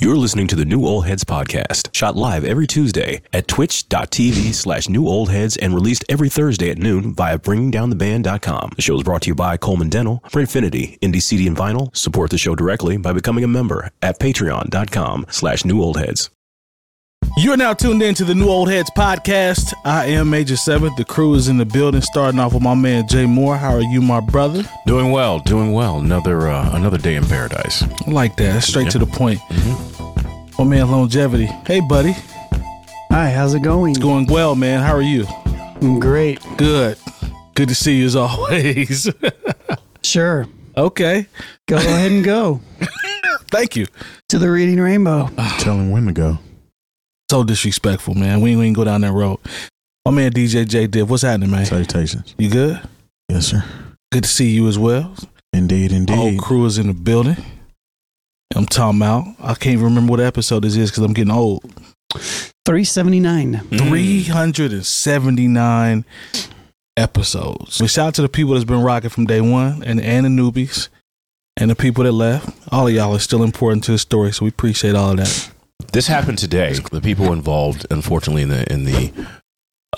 You're listening to the New Old Heads podcast, shot live every Tuesday at twitch.tv slash new old heads and released every Thursday at noon via bringingdowntheband.com. The show is brought to you by Coleman Dental, Printfinity, Indie CD and Vinyl. Support the show directly by becoming a member at patreon.com slash new old heads. You're now tuned in to the New Old Heads podcast. I am Major Seventh. The crew is in the building, starting off with my man Jay Moore. How are you, my brother? Doing well, doing well. Another uh, another day in paradise. I like that. That's straight to the point. My man Longevity. Hey, buddy. Hi, how's it going? Going well, man. How are you? I'm great. Good. Good to see you as always. Sure. okay. Go ahead and go Thank you. to the Reading Rainbow. Telling when to go. So disrespectful, man. We ain't, we ain't go down that road. My man DJ J Div. What's happening, man? Salutations. You good? Yes, sir. Good to see you as well. Indeed, The whole crew is in the building. I'm talking about. I can't even remember what episode this is because I'm getting old. 379. Mm. 379 episodes. We shout out to the people that's been rocking from day one and, and the newbies and the people that left. All of y'all are still important to the story, so we appreciate all of that. This happened today. The people involved, unfortunately, in the in the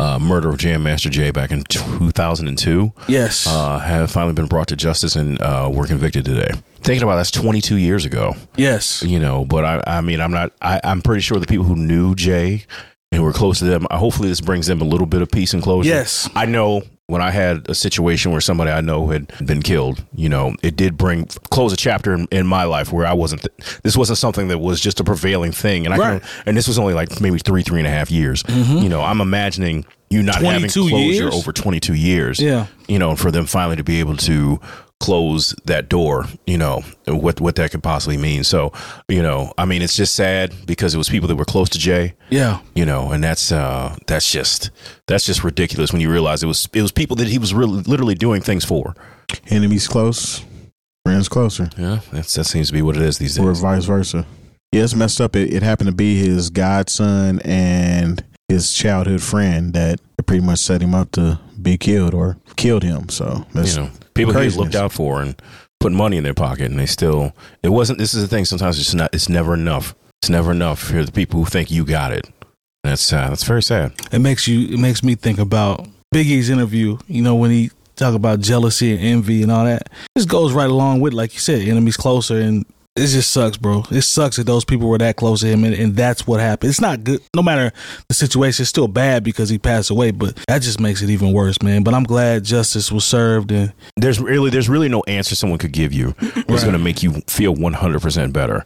uh, murder of Jam Master Jay back in 2002, Yes. uh, have finally been brought to justice and uh, were convicted today. Thinking about it, that's 22 years ago, yes. you know. But I, I mean, I'm not. I, I'm pretty sure the people who knew Jay and who were close to them. uh, Hopefully, this brings them a little bit of peace and closure. Yes. I know when I had a situation where somebody I know had been killed, you know, it did bring close a chapter in, in my life where I wasn't. Th- this wasn't something that was just a prevailing thing, and I Right. can, and this was only like maybe three three and a half years. You know, I'm imagining you not having 22 closure years? over 22 years. Yeah. you know, and for them finally to be able to close that door, you know, and what what that could possibly mean. So, you know, I mean, it's just sad because it was people that were close to Jay Yeah. you know and that's uh that's just that's just ridiculous when you realize it was it was people that he was really literally doing things for Enemies close, friends closer, yeah that's that seems to be what it is these or days vice versa. Yeah, it's messed up. It, it happened to be his godson and his childhood friend that pretty much set him up to be killed or killed him. So that's you know people he craziness. looked out for and put money in their pocket and they still it wasn't this is the thing sometimes it's not it's never enough it's never enough here are the people who think you got it that's uh, that's very sad It makes you it makes me think about Biggie's interview, you know, when he talk about jealousy and envy and all that. This goes right along with like you said, enemies closer and it just sucks, bro. It sucks that those people were that close to him and, and that's what happened. It's not good no matter the situation, it's still bad because he passed away, but that just makes it even worse, man. But I'm glad justice was served and there's really there's really no answer someone could give you that's going to make you feel 100% better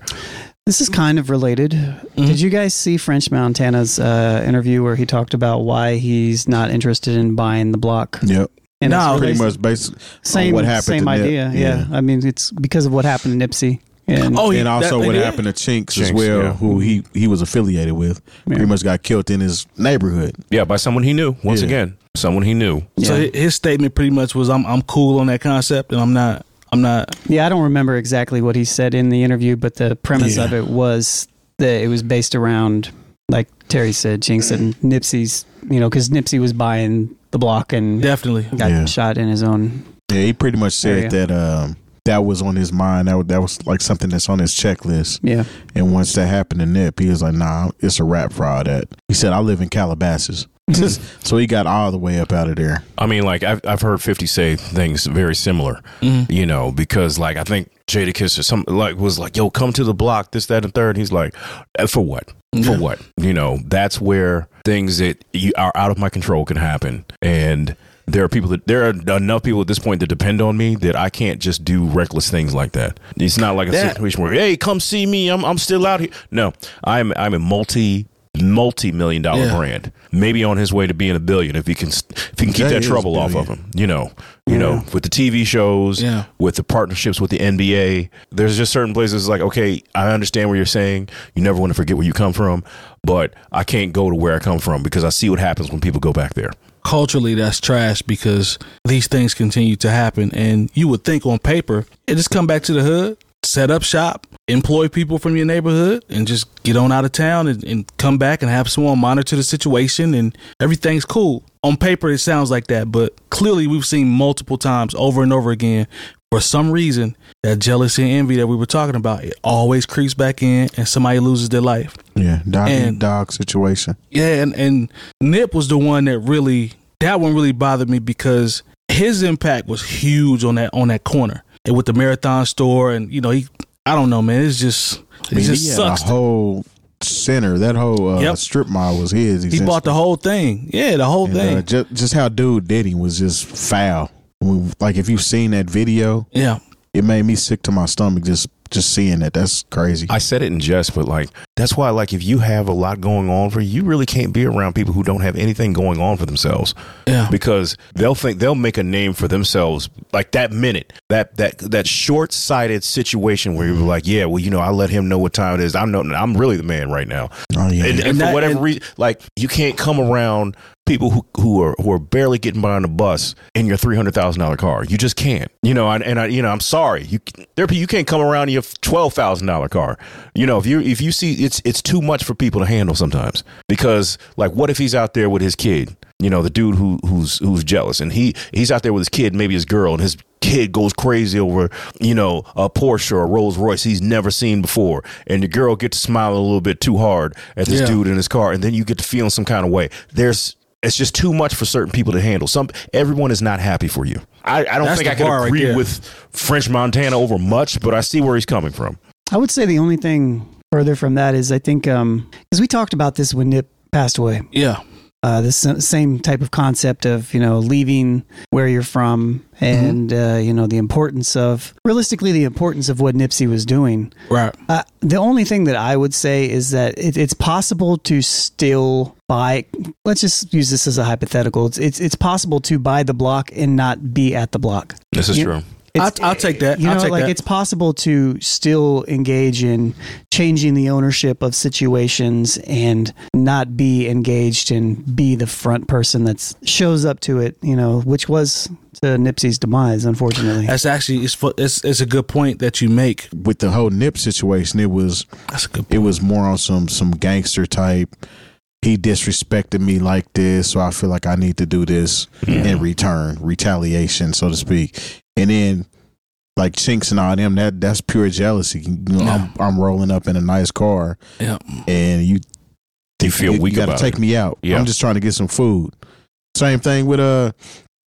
This is kind of related. Mm-hmm. Did you guys see French Montana's uh, interview where he talked about why he's not interested in buying the block? yep. And No, it's Pretty really much based same, on what happened. same to Nip. idea. Yeah. I mean, it's because of what happened to Nipsey. And Oh, he- and also that- what yeah. happened to Chinks, as Chinks, well, yeah. who he he was affiliated with, Yeah. pretty much got killed in his neighborhood. yeah by someone he knew once Yeah. again someone he knew So yeah. hi- his statement pretty much was I'm I'm cool on that concept and I'm not I'm not yeah, I don't remember exactly what he said in the interview, but the premise of it was that it was based around, like Terry said, Jinx and Nipsey's, you know, because Nipsey was buying the block and definitely got Yeah. shot in his own. Yeah, he pretty much Area. said that um, that was on his mind. That was- that was like something that's on his checklist. Yeah. And once that happened to Nip, he was like, nah, it's a wrap for all that. He said, I live in Calabasas. so he got all the way up out of there. I mean, like I've I've heard Fifty say things very similar, Mm-hmm. you know, because like I think Jada Kiss or some like was like, "Yo, come to the block, this, that, and third. And he's like, "Eh, "For what? For what? You know, that's where things that you are out of my control can happen, and there are people that there are enough people at this point that depend on me that I can't just do reckless things like that. It's not like a That- situation where, hey, come see me, I'm I'm still out here. No, I'm I'm a multi multi million dollar Yeah. brand, maybe on his way to being a billion if he can s- if he can keep That that is trouble off of brilliant. them. You know, you know, with the TV shows, Yeah. with the partnerships with the NBA. There's just certain places like, okay, I understand what you're saying. You never want to forget where you come from, but I can't go to where I come from because I see what happens when people go back there. culturally that's trash because these things continue to happen and you would think on paper it just come back to the hood set up shop employ people from your neighborhood and just get on out of town and, and come back and have someone monitor the situation and everything's cool on paper it sounds like that but clearly we've seen multiple times over and over again for some reason, that jealousy and envy that we were talking about, it always creeps back in and somebody loses their life. Yeah, dog eat And- dog situation. Yeah, and, and Nip was the one that really that one really bothered me because his impact was huge on that on that corner. And with the marathon store and you know, he I don't know, man, it's just I it mean, just he had sucks. a whole center. That whole uh, Yep. strip mall was his. he bought the whole thing. Yeah, the whole thing. uh, just, just how dude did him was just foul. We- Like if you've seen that video, yeah. it made me sick to my stomach just just seeing that. That's crazy. I said it in jest, but like that's why like if you have a lot going on for you, you really can't be around people who don't have anything going on for themselves Yeah. because they'll think they'll make a name for themselves like that minute that that that short sighted situation where you're like, yeah, well, you know, I let him know what time it is. I'm no, I'm really the man right now, oh yeah, And and, and, uh, for that- whatever and- reason, like you can't come around people who who are who are barely getting by on the bus in your three hundred thousand dollar car. You just can't, you know. And, and I, you know, I'm sorry, you there you can't come around in your twelve thousand dollar car. You know, if you if you see it's it's too much for people to handle sometimes because like what if he's out there with his kid? You know, the dude who who's who's jealous and he he's out there with his kid, maybe his girl, and his kid goes crazy over you know a Porsche or a Rolls Royce he's never seen before, and the girl gets to smile a little bit too hard at this Yeah. dude in his car, and then you get to feeling some kind of way. There's it's just too much for certain people to handle. Some everyone is not happy for you. I, I don't That's think the I can bar right agree there. with French Montana over much, but I see where he's coming from. I would say the only thing further from that is I think because we talked about this when Nip passed away. Yeah. Uh, this s- same type of concept of you know leaving where you're from Mm-hmm. and uh, you know the importance of realistically the importance of what Nipsey was doing. Right. Uh, the only thing that I would say is that it, it's possible to still buy. Let's just use this as a hypothetical. It's it's, it's possible to buy the block and not be at the block. This is You- true. It's- I'll- I'll take that. You know, I'll take like that. it's possible to still engage in changing the ownership of situations and not be engaged and be the front person that shows up to it. You know, which was to Nipsey's demise, unfortunately. That's actually it's fu- it's it's a good point that you make. with the whole Nip situation, it was That's a good it was more on some some gangster type. He disrespected me like this, so I feel like I need to do this in return, retaliation, so to speak. And then, like Chinks and all them, that that's pure jealousy. You know, I'm, I'm rolling up in a nice car, Yeah. and you You feel you, weak gotta about take it. me out. Yeah. I'm just trying to get some food. Same thing with uh,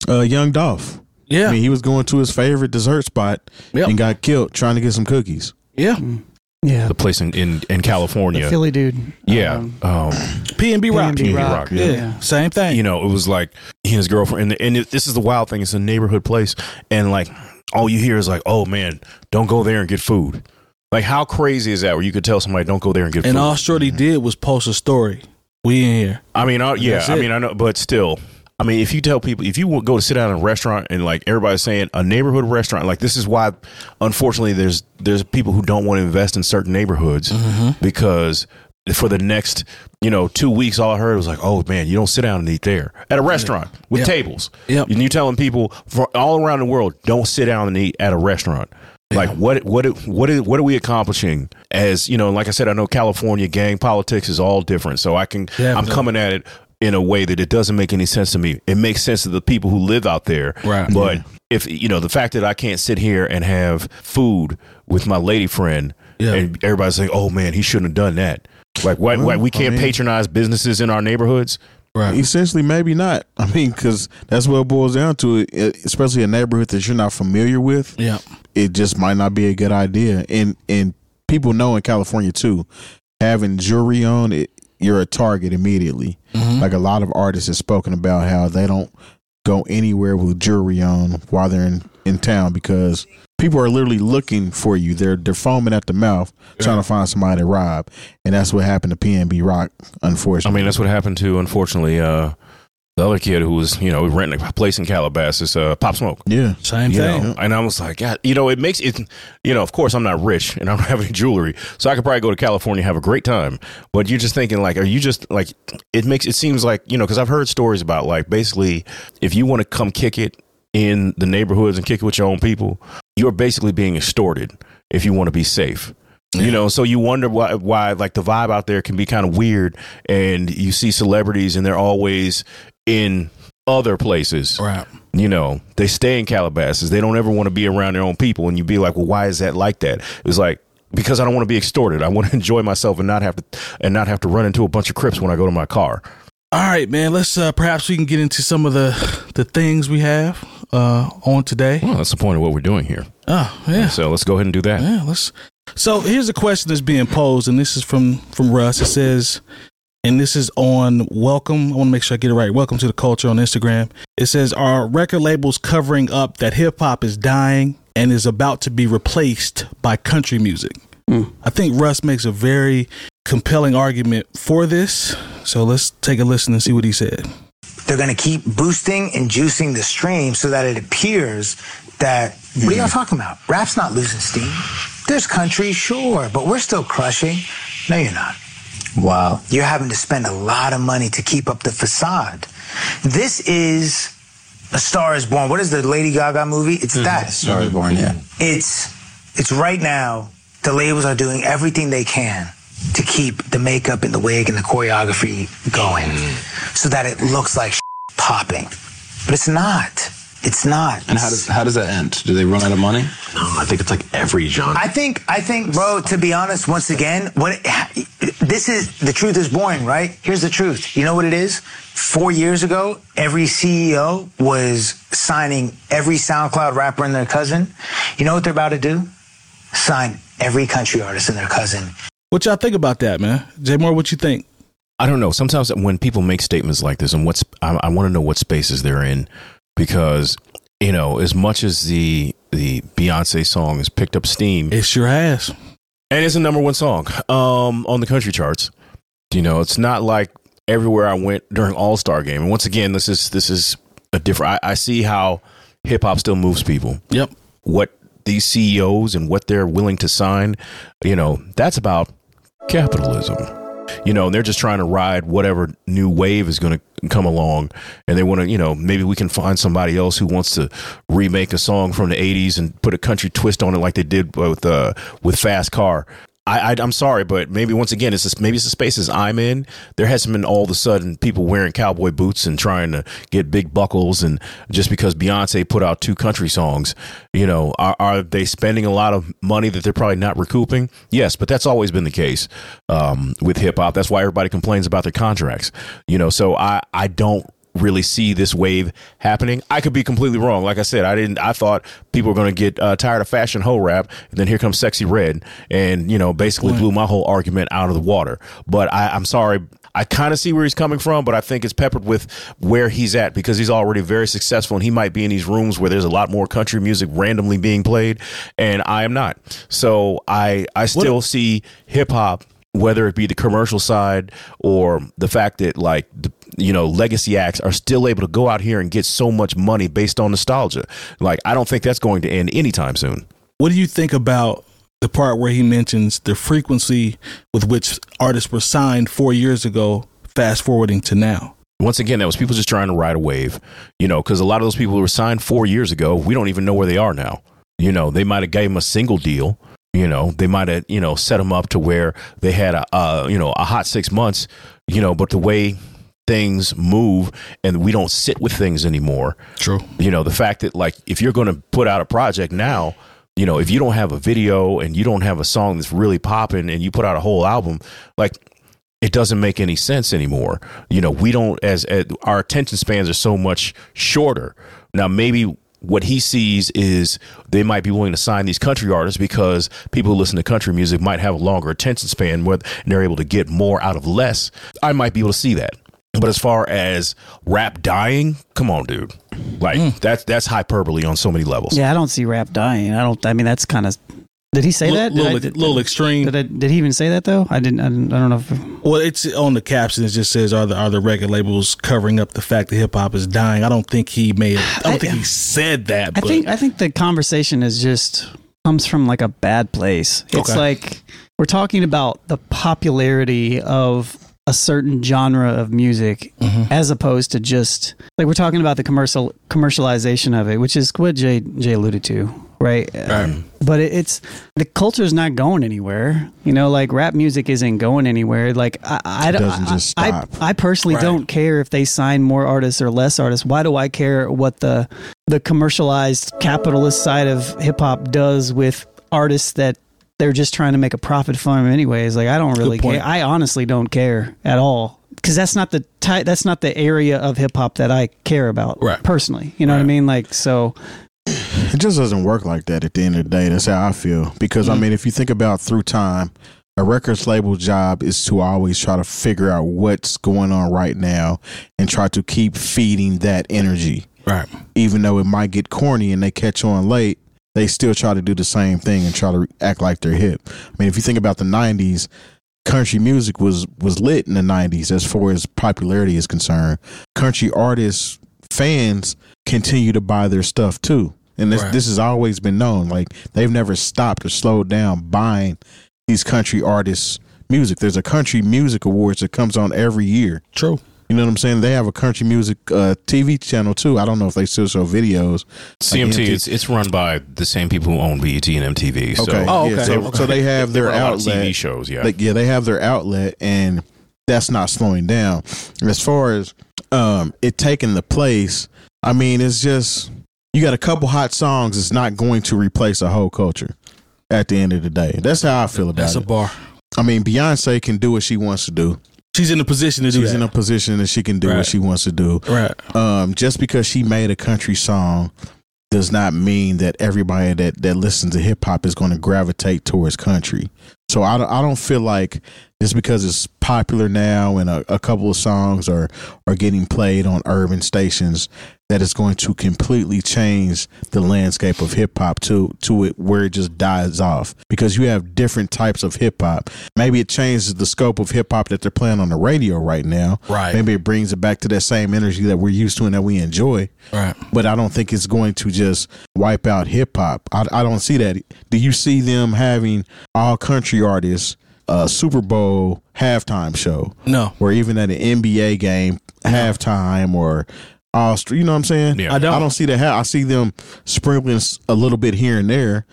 uh young Dolph. Yeah. I mean, he was going to his favorite dessert spot Yep. and got killed trying to get some cookies. yeah. Mm. yeah, The place in in, in the California, Philly dude. yeah. Um, um, P and B Rock. P&B Rock, Rock. Yeah. yeah. Same thing. you know, it was like he and his girlfriend, and, and it, this is the wild thing. It's a neighborhood place, and like all you hear is like, "Oh man, don't go there and get food." Like, how crazy is that? Where you could tell somebody, "Don't go there and get and food." all Shorty did was post a story. We in here. I mean, I, yeah, That's I it. mean, I know, but still, I mean, if you tell people, if you would go to sit down in a restaurant and like everybody's saying a neighborhood restaurant, like this is why, unfortunately, there's there's people who don't want to invest in certain neighborhoods Mm-hmm. because for the next you know two weeks, all I heard was like, oh man, you don't sit down and eat there at a restaurant with Yep. tables. Yep. And you're telling people for all around the world, don't sit down and eat at a restaurant. Like what what what is what are we accomplishing as you know? Like I said, I know California gang politics is all different, so I can I'm Definitely. coming at it in a way that it doesn't make any sense to me. It makes sense to the people who live out there, Right. But if you know the fact that I can't sit here and have food with my lady friend, Yeah. and everybody's like, "Oh man, he shouldn't have done that." Like, why, why Well, we I can't mean- patronize businesses in our neighborhoods? Right. Essentially, maybe not. I mean, because that's what it boils down to. It- Especially a neighborhood that you're not familiar with, Yeah. it just might not be a good idea. And and people know in California too, having jewelry on it, you're a target immediately. Mhm. Like a lot of artists have spoken about how they don't go anywhere with jewelry on while they're in, in town because people are literally looking for you. They're they're foaming at the mouth trying to find somebody to rob, and that's what happened to PNB Rock. I Unfortunately, mean, that's what happened to unfortunately uh, the other kid who was you know renting a place in Calabasas, uh, Pop Smoke. yeah. Same you thing. know, and I was like, God, you know, it makes it, you know, of course I'm not rich and I don't have any jewelry, so I could probably go to California, have a great time. But you're just thinking like, are you just like, it makes, it seems like, you know, cause I've heard stories about like, basically if you want to come kick it in the neighborhoods and kick it with your own people, you're basically being extorted if you want to be safe. You know, so you wonder why, why like the vibe out there can be kind of weird, and you see celebrities and they're always in other places, Right. you know, they stay in Calabasas. They don't ever want to be around their own people. And you be like, well, why is that like that? It was like, because I don't want to be extorted. I want to enjoy myself and not have to and not have to run into a bunch of crips when I go to my car. All right, man. Let's uh, perhaps we can get into some of the the things we have uh, on today. Well, that's the point of what we're doing here. Oh yeah, So let's go ahead and do that. yeah. Let's. So here's a question that's being posed, and this is from from Russ. It says, and this is on welcome. I want to make sure I get it right. Welcome to the culture on Instagram. It says, are record labels covering up that hip hop is dying and is about to be replaced by country music? I think Russ makes a very compelling argument for this. So let's take a listen and see what he said. they're going to keep boosting and juicing the stream so that it appears that what are y'all talking about? Rap's not losing steam. There's country, sure, but we're still crushing. No, you're not. Wow. You're having to spend a lot of money to keep up the facade. This is a Star is Born. What is the Lady Gaga movie? It's that. Sorry, born yeah. It's it's right now. The labels are doing everything they can to keep the makeup and the wig and the choreography going, Mm. so that it looks like popping, but it's not. It's not. And how does how does that end? Do they run out of money? No, I think it's like every genre. I think I think, bro. To be honest, once again, what this is the truth is boring, right? Here's the truth. You know what it is? Four years ago, every CEO was signing every SoundCloud rapper and their cousin. You know what they're about to do? Sign every country artist and their cousin. What y'all think about that, man? Jay Moore, what you think? I don't know. Sometimes when people make statements like this, and what's I, I want to know what spaces they're in because you know, as much as the the Beyonce song has picked up steam, It sure has. and it's a number one song um, on the country charts. You know, it's not like everywhere I went during All Star Game. And once again, this is this is a different. I, I see how hip hop still moves people. Yep. What these CEOs and what they're willing to sign, you know, that's about capitalism. You know, and they're just trying to ride whatever new wave is going to come along, and they want to, you know, maybe we can find somebody else who wants to remake a song from the '80s and put a country twist on it, like they did with uh, with Fast Car. I, I, I'm sorry, but maybe once again, it's just, maybe it's the spaces I'm in. There hasn't been all of a sudden people wearing cowboy boots and trying to get big buckles, and just because Beyonce put out two country songs, you know, are, are they spending a lot of money that they're probably not recouping? Yes, but that's always been the case um, with hip hop. That's why everybody complains about their contracts, you know. So I, I don't really see this wave happening. I could be completely wrong. Like I said, I didn't. I thought people were going to get uh, tired of fashion hoe rap, and then here comes sexy red, and you know, basically blew my whole argument out of the water. But I, I'm sorry. I kind of see where he's coming from, but I think it's peppered with where he's at because he's already very successful and he might be in these rooms where there's a lot more country music randomly being played, and I am not. So I I still see hip hop whether it be the commercial side or the fact that like the, you know legacy acts are still able to go out here and get so much money based on nostalgia like i don't think that's going to end anytime soon What do you think about the part where he mentions the frequency with which artists were signed four years ago, fast forwarding to now? once again that was people just trying to ride a wave you know because a lot of those people who were signed four years ago we don't even know where they are now you know they might have gave them a single deal you know they might have you know set them up to where they had a uh, you know a hot six months you know but the way things move and we don't sit with things anymore True. you know the fact that like if you're going to put out a project now you know if you don't have a video and you don't have a song that's really popping and you put out a whole album like it doesn't make any sense anymore you know we don't as, as our attention spans are so much shorter now maybe what he sees is they might be willing to sign these country artists because people who listen to country music might have a longer attention span where- and they're able to get more out of less i might be able to see that but as far as rap dying, come on, dude. Like that's that's hyperbole on so many levels. Yeah, I don't see rap dying. I don't. I mean, that's kind of. Did he say that? Did little, I- did- little extreme. Did, I, did he even say that though? I didn't. I, didn't, I don't know. If, well, it's on the caption. It just says, "Are the are the record labels covering up the fact that hip hop is dying?" I don't think he made. I don't I- think he said that. I but think. I think the conversation is just comes from like a bad place. It's Okay. like we're talking about the popularity of a certain genre of music as opposed to just like we're talking about the commercial commercialization of it, which is what Jay Jay alluded to, right? Um, but it, it's the culture's not going anywhere. You know, like rap music isn't going anywhere. Like I, I It don't- doesn't I- just I- stop. I personally don't care if they sign more artists or less artists. Why do I care what the the commercialized capitalist side of hip hop does with artists that they're just trying to make a profit from anyways? Like I don't really care. point. I honestly don't care at all because that's not the ty- that's not the area of hip hop that I care about Right. personally. You know what I mean? Like so. It just doesn't work like that at the end of the day. That's how I feel. Because, I mean, if you think about through time, a records label job is to always try to figure out what's going on right now and try to keep feeding that energy. Right. Even though it might get corny and they catch on late, they still try to do the same thing and try to act like they're hip. I mean, if you think about the 90s, country music was was lit in the 90s as far as popularity is concerned country artists fans continue to buy their stuff too and this Right. this has always been known like they've never stopped or slowed down buying these country artists music there's a country music awards that comes on every year True. you know what i'm saying they have a country music uh, tv channel too i don't know if they still show videos CMT, MTV. it's, it's run by the same people who own BET and MTV. So okay, Oh, Yeah, okay. so, so they have there their are a lot of outlet TV shows. Yeah. like yeah they have their outlet and that's not slowing down And as far as um it taking the place i mean it's just you got a couple hot songs it's not going to replace a whole culture at the end of the day that's how i feel about That's a it bar. i mean beyonce can do what she wants to do She's in a position to do she's that. in a position that she can do Right. what she wants to do right. um, just because she made a country song does not mean that everybody that, that listens to hip hop is going to gravitate towards country. So I don't, I don't feel like just because it's popular now and a, a couple of songs are, are getting played on urban stations that it's going to completely change the landscape of hip hop to to it where it just dies off because you have different types of hip hop. Maybe it changes the scope of hip hop that they're playing on the radio right now. Right. Maybe it brings it back to that same energy that we're used to and that we enjoy. Right. But I don't think it's going to just wipe out hip hop. I, I don't see that. Do you see them having all country artists, uh, Super Bowl halftime show, No. or even at an NBA game halftime or all stre- You know what I'm saying? Yeah. I don't. I don't see that. ha- I see them sprinkling s- a little bit here and there,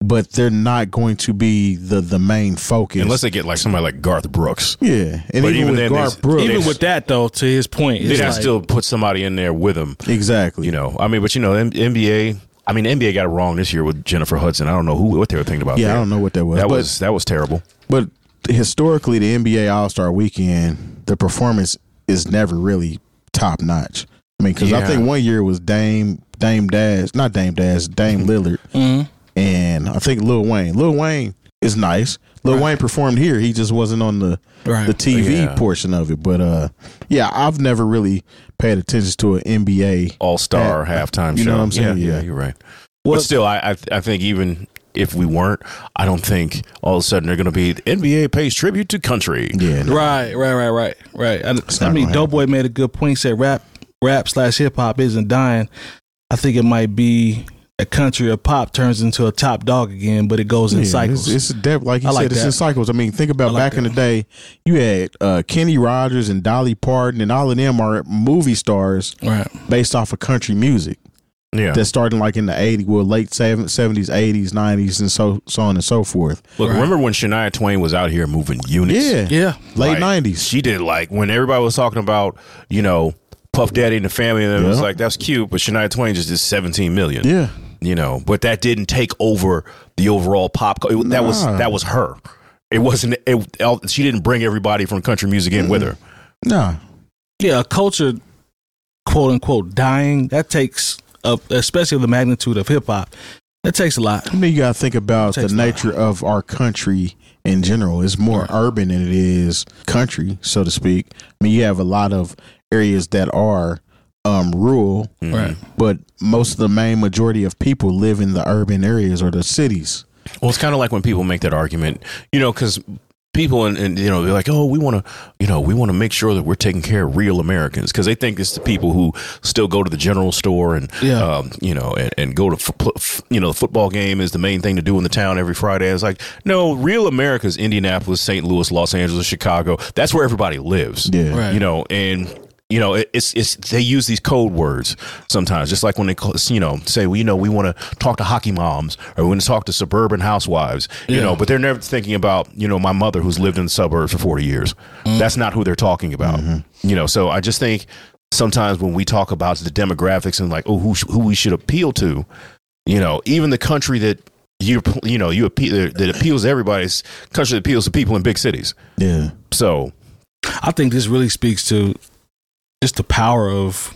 but they're not going to be the the main focus. Unless they get like somebody like Garth Brooks. yeah, and But even, even with then, Garth they- Brooks, they- Even with that though, to his point, They'd it's have like- to still put somebody in there with them. exactly. You know, I mean, but you know, M- NBA. I mean, NBA got it wrong this year with Jennifer Hudson. I don't know who what they were thinking about. yeah, I there. don't know what that was. That but, was that was terrible. but historically, the NBA All Star Weekend, the performance is never really top notch. I mean, because I Yeah. think one year it was Dame Dame Dash, not Dame Dash, Dame Mm-hmm. Lillard, Mhm. and I think Lil Wayne. Lil Wayne is nice. Lil Wayne performed here. He just wasn't on the Right. the TV Yeah. portion of it. But uh, yeah, I've never really paid attention to an NBA. All star Yeah. halftime You show. know what I'm saying? Yeah, yeah, Yeah. you're right. Well- but still, I, I I think even if we weren't, I don't think all of a sudden they're going to be the NBA pays tribute to country. Yeah, no. Right, right, right, right, right. I, I not mean, gonna happen. Doughboy made a good point. He said rap, rap slash hip hop isn't dying. I think it might be a country or pop turns into a top dog again, but it goes in Yeah, cycles. It's, it's depth, like you I said, like it's in that. cycles. I mean, think about I like back in the that. day, you had uh, Kenny Rogers and Dolly Parton, and all of them are movie stars right. based off of country music Yeah. that's starting like in the 80s, well, late 70s, 80s, 90s, and so, so on and so forth. Look, remember when Shania Twain was out here moving units? Yeah. Yeah. Late Like, 90s. She did like when everybody was talking about, you know, Puff Daddy and the family, and it was Yeah. like, that's cute, but Shania Twain just did 17 million. Yeah. You know, but that didn't take over the overall pop. cul- It, that was Nah. that was her. It wasn't. It, el- she didn't bring everybody from country music in with her. Nah. Yeah, a culture, quote unquote, dying. That takes, a, especially the magnitude of hip hop. That takes a lot. And then you got to think about the Takes a lot. nature of our country in general. It's more urban than it is country, so to speak. I mean, you have a lot of areas that are um, rural, Right. but most of the main majority of people live in the urban areas or the cities. Well, it's kind of like when people make that argument, you know, because people and, and you know they're like, oh, we want to, you know, we want to make sure that we're taking care of real Americans because they think it's the people who still go to the general store and Yeah. um, you know and, and go to fo- f- you know the football game is the main thing to do in the town every Friday. It's like no, real Americans, Indianapolis, St. Louis, Los Angeles, Chicago. That's where everybody lives. Yeah. Right. you know and. You know, it- it's it's they use these code words sometimes, just like when they call, you know say, well, you know, we want to talk to hockey moms or we want to talk to suburban housewives, you Yeah. know, but they're never thinking about you know my mother who's lived in the suburbs for 40 years that's not who they're talking about you know so i just think sometimes when we talk about the demographics and like oh who, sh- who we should appeal to you know even the country that you you know you appeal that appeals to everybody's country that appeals to people in big cities Yeah. so I think this really speaks to just the power of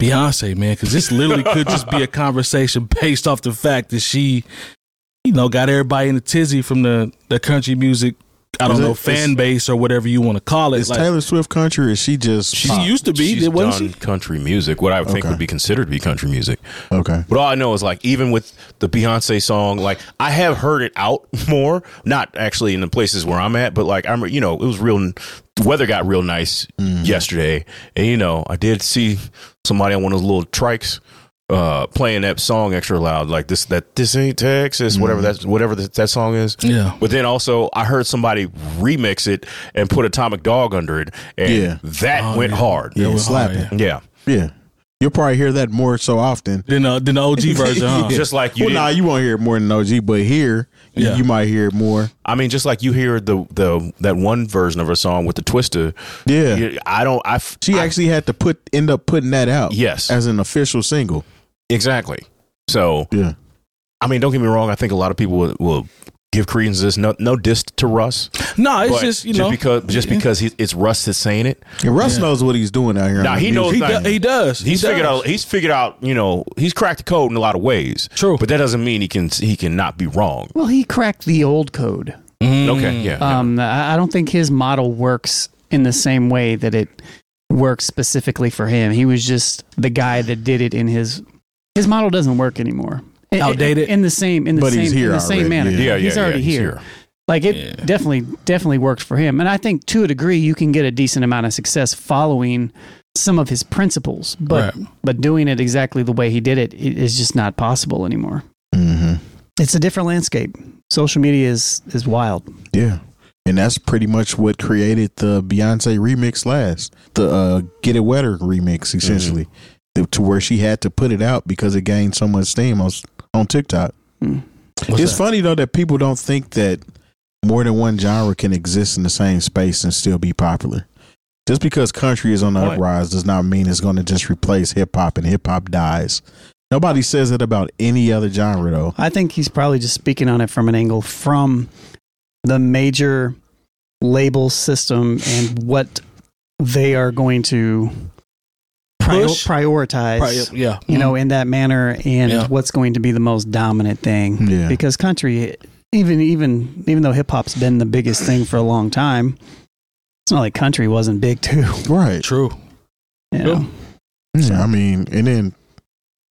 Beyonce, man, because this literally could just be a conversation based off the fact that she, you know, got everybody in a tizzy from the, the country music, I don't Is it- know, fan it's- base or whatever you want to call it. Is Taylor Swift country or is she just she pop? used to be, she's did- wasn't she? done country music what i would think Okay. would be considered to be country music Okay. But all I know is like even with the Beyonce song, like I have heard it out more. Not actually in the places where I'm at, but like I'm you know, it was real the weather got real nice yesterday. And you know, I did see somebody on one of those little trikes uh playing that song extra loud, like this that this ain't Texas, whatever that's whatever that, that song is. Yeah. But then also I heard somebody remix it and put Atomic Dog under it. And Yeah. that Oh, went yeah. hard. Yeah, well, slapping. alright. Yeah. Yeah. You'll probably hear that more so often. Then the, then uh, the OG version, huh? Just like you well, nah, did- you won't hear it more than OG, but here you- Yeah. you might hear it more. I mean, just like you hear the the that one version of her song with the twister. Yeah. You- I don't. I f- She I- actually had to put end up putting that out. Yes. As an official single. exactly. So Yeah. I mean, don't get me wrong. I think a lot of people will, will give credence to this. No, no diss to Russ. no, Uh, it's but just, you know. because just because he, it's Russ that's saying it. And Russ knows what he's doing out here. on Nah, the he knows music. he, do, he does. He He's does. figured out. He's figured out. You know, he's cracked the code in a lot of ways. True. but that doesn't mean he can he can not be wrong. Well, he cracked the old code. Mm. Okay. Uh, Yeah. yeah. Um, I I don't think his model works in the same way that it works specifically for him. He was just the guy that did it in his his model doesn't work anymore. In- Outdated? in the same in the But same he's in here the same already, manner. yeah. yeah. Yeah. he's yeah, already here. Like it Yeah. definitely definitely worked for him. And I think to a degree you can get a decent amount of success following some of his principles, but Right. but doing it exactly the way he did it i- is just not possible anymore. Mhm. It's a different landscape. Social media is is wild. Yeah. And that's pretty much what created the Beyonce remix last. The uh, Get It Wetter remix, essentially. The- To where she had to put it out because it gained so much steam on, s- on TikTok. it's funny though that people don't think that more than one genre can exist in the same space and still be popular. Just because country is on the uprise does not mean it's going to just replace hip hop and hip hop dies. Nobody says it about any other genre though. I think he's probably just speaking on it from an angle from the major label system and what they are going to prior- Push? prioritize. Probably- yeah. you know, in that manner, and Yeah. what's going to be the most dominant thing? Yeah. Because country, even even even though hip hop's been the biggest thing for a long time, it's not like country wasn't big too. Right. True. You True. know? Hmm. Yeah, I mean, and then,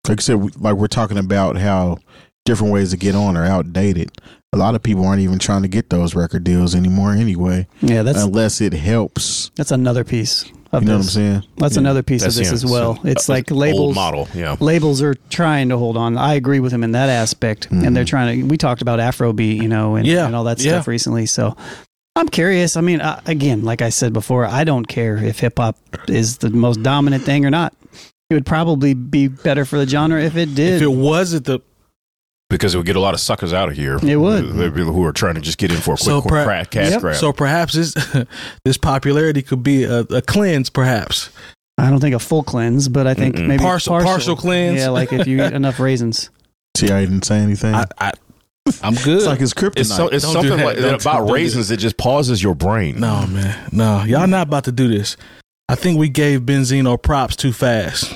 like I said, we, like we're talking about how different ways to get on are outdated. A lot of people aren't even trying to get those record deals anymore, anyway, Yeah, that's unless it helps. that's another piece of Uh, You know what I'm this. saying? That's Yeah. another piece That's, of this yeah, as well. so- it's uh, like old labels. model. Yeah. labels are trying to hold on. I agree with him in that aspect, and they're trying to. We talked about Afrobeat, you know, and, Mm-hmm. Yeah, and all that yeah. stuff recently. So I'm curious. I mean, I, again, like I said before, I don't care if hip hop is the most dominant thing or not. It would probably be better for the genre if it did. If it wasn't the Because it would get a lot of suckers out of here. It would. There are people who are trying to just get in for a quick, So quick pra- crack, cash Yep. grab. So perhaps this this popularity could be a, a cleanse, perhaps. I don't think a full cleanse, but I think Mm-mm. maybe Partial- partial cleanse. Yeah, like if you eat enough raisins. See, I didn't say anything. I, I I'm good. it's like it's kryptonite. It's, so, it's Don't do something that. like Don't- that about don't do raisins. It just pauses your brain. no man, no, y'all not about to do this. I think we gave Benzino props too fast.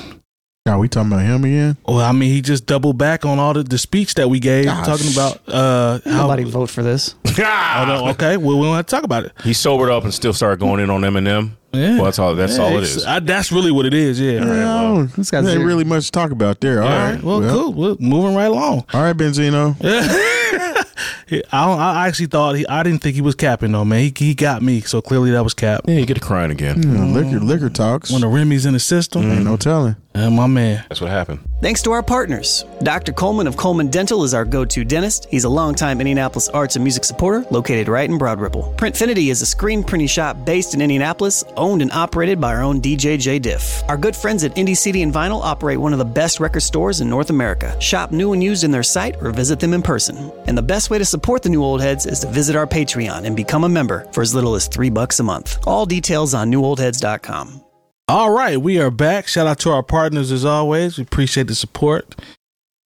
are we talking about him again? Well, I mean, he just doubled back on all the, the speech that we gave, Gosh. talking about uh, how. Nobody vote for this. Oh, no, Ah. okay, well, we don't have to talk about it. He sobered up and still started going in on Eminem. Yeah. Well, that's all. That's Yeah, all it it's- is. I, that's really what it is. Yeah. Yeah, I don't- This guy's there ain't zero. really much to talk about there. All All right, right. Well, cool. We're moving right along. All right, Benzino. yeah, I don't, I actually thought he, I didn't think he was capping though, man. He, he got me, so clearly that was cap. Yeah, you get to crying again. Hmm. You know, liquor, liquor talks. When the Remy's in the system, Mm. Ain't no telling. and uh, my man, That's what happened. Thanks to our partners. Dr. Coleman of Coleman Dental is our go to dentist. He's a longtime Indianapolis arts and music supporter located right in Broad Ripple. Printfinity is a screen printing shop based in Indianapolis, owned and operated by our own DJ J. Diff. Our good friends at Indie CD and Vinyl operate one of the best record stores in North America. Shop new and used in their site or visit them in person. And the best way to support the new old heads is to visit our Patreon and become a member for as little as three bucks a month. All details on newoldheads.com. All right, we are back. Shout out to our partners as always. We appreciate the support.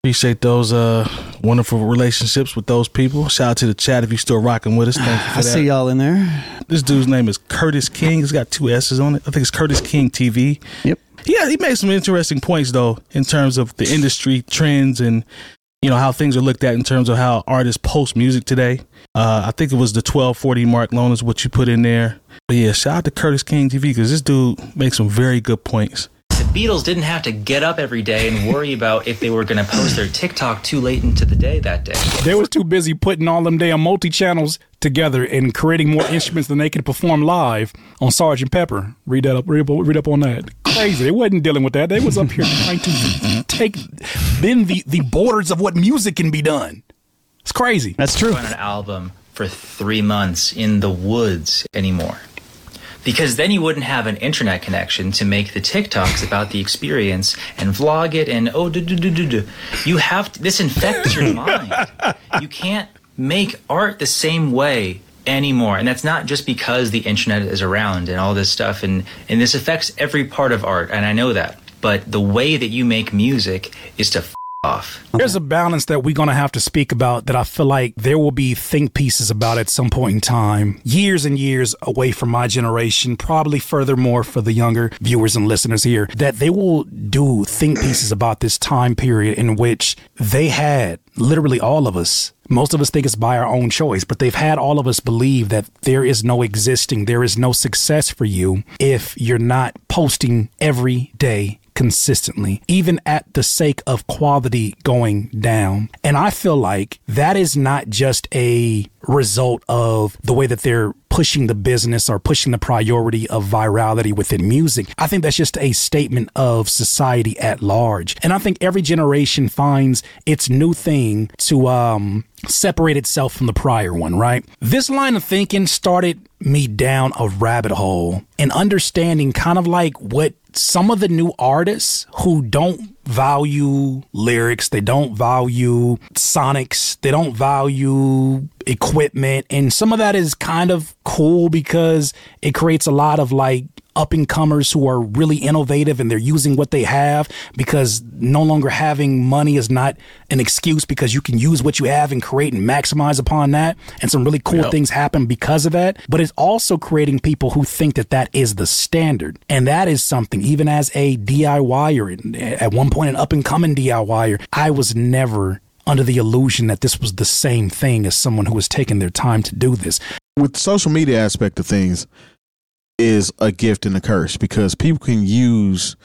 Appreciate those uh wonderful relationships with those people. Shout out to the chat if you're still rocking with us. Thank you for that. I see y'all in there. This dude's name is Curtis King. He's got two S's on it. I think it's Curtis King TV. Yep. Yeah, he made some interesting points though in terms of the industry trends and you know how things are looked at in terms of how artists post music today. Uh, I think it was the twelve forty mark loan is what you put in there. But yeah, shout out to Curtis King TV because this dude makes some very good points. the Beatles didn't have to get up every day and worry about if they were going to post their TikTok too late into the day that day. They was too busy putting all them damn multi channels together and creating more instruments than they could perform live on Sergeant Pepper. Read that up. Read, up- read up on that. Crazy. They wasn't dealing with that. They was up here trying to take bend the the borders of what music can be done. It's crazy. That's true. on an album for three months in the woods anymore. Because then you wouldn't have an internet connection to make the TikToks about the experience and vlog it and oh, do, do, do, do, do. You have to, this infects your mind. You can't make art the same way anymore. And that's not just because the internet is around and all this stuff. And, and this affects every part of art. And I know that. But the way that you make music is to f- off. There's a balance that we're going to have to speak about that I feel like there will be think pieces about at some point in time, years and years away from my generation, probably furthermore for the younger viewers and listeners here, that they will do think pieces about this time period in which they had literally all of us. Most of us think it's by our own choice, but they've had all of us believe that there is no existing, there is no success for you if you're not posting every day consistently, even at the sake of quality going down. And I feel like that is not just a result of the way that they're pushing the business or pushing the priority of virality within music. I think that's just a statement of society at large. And I think every generation finds its new thing to um separate itself from the prior one, right? This line of thinking started me down a rabbit hole and understanding kind of like what some of the new artists who don't value lyrics, they don't value sonics, they don't value equipment. And some of that is kind of cool because it creates a lot of like up and comers who are really innovative and they're using what they have because no longer having money is not an excuse because you can use what you have and create and maximize upon that. And some really cool things happen because of that. But it's also creating people who think that that is the standard. And that is something, even as a DIYer, and at one point, an up and coming DIYer, I was never under the illusion that this was the same thing as someone who was taking their time to do this. with the social media aspect of things is a gift and a curse because people can use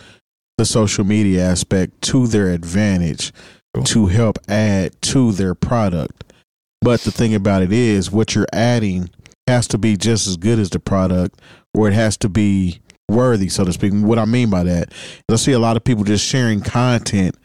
the social media aspect to their advantage to help add to their product. But the thing about it is what you're adding has to be just as good as the product or it has to be worthy, so to speak. What I mean by that is I see a lot of people just sharing content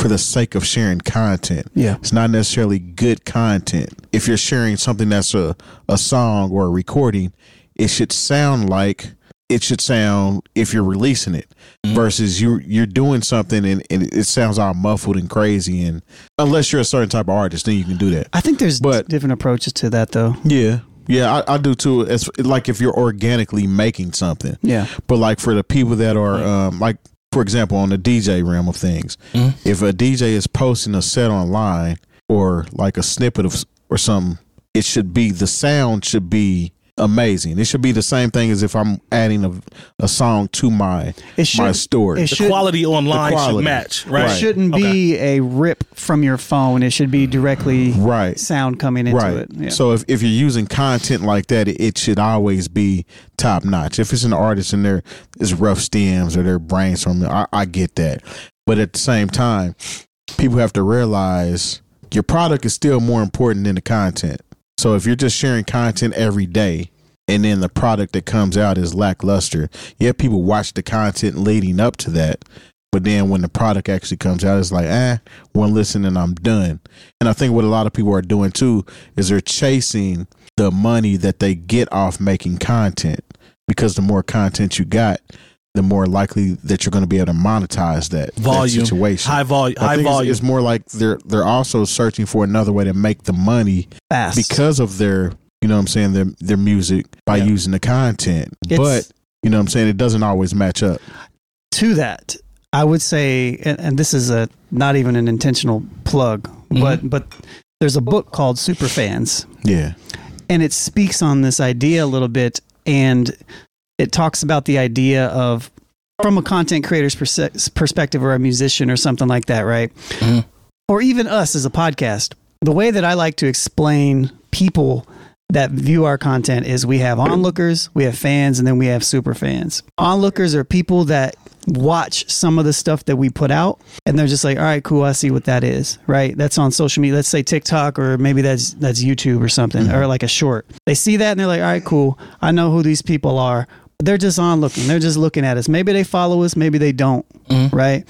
for the sake of sharing content. Yeah. It's not necessarily good content. If you're sharing something that's a, a song or a recording, it should sound like it should sound if you're releasing it versus you you're doing something and, and it sounds all muffled and crazy and unless you're a certain type of artist, then you can do that. I think there's But- different approaches to that though. Yeah. Yeah, I, I do too. It's like if you're organically making something. Yeah. But like for the people that are um, like for example on the DJ realm of things, Mm-hmm. if a DJ is posting a set online or like a snippet of s- or some, it should be the sound should be amazing. It should be the same thing as if I'm adding a, a song to my It should my story. It The should, quality online should quality. match, right? It shouldn't be a rip from your phone. It should be directly Right. sound coming into right. it. Yeah. So if, if you're using content like that, it, it should always be top notch. If it's an artist and there is rough stems or they're brainstorming, I, I get that. But at the same time, people have to realize your product is still more important than the content. So if you're just sharing content every day and then the product that comes out is lackluster, yeah, people watch the content leading up to that. But then when the product actually comes out, it's like, eh, one listen and I'm done. And I think what a lot of people are doing too is they're chasing the money that they get off making content because the more content you got, the more likely that you're going to be able to monetize that that Volume. situation. High volu- I high think it's- volume. It's more like they're they're also searching for another way to make the money Fast. because of their you know what I'm saying their their music by using the content. It's- but you know what I'm saying it doesn't always match up. to that, I would say, and, and this is a not even an intentional plug, but but there's a book called Superfans, Yeah. and it speaks on this idea a little bit, and it talks about the idea of from a content creator's perse- perspective or a musician or something like that, right? Or even us as a podcast. The way that I like to explain people that view our content is we have onlookers, we have fans, and then we have super fans. Onlookers are people that watch some of the stuff that we put out and they're just like, all right, cool, I see what that is. Right. That's on social media. Let's say TikTok or maybe that's that's YouTube or something, or like a short. They see that and they're like, all right, cool. I know who these people are. They're just on looking. They're just looking at us. Maybe they follow us, maybe they don't. Right.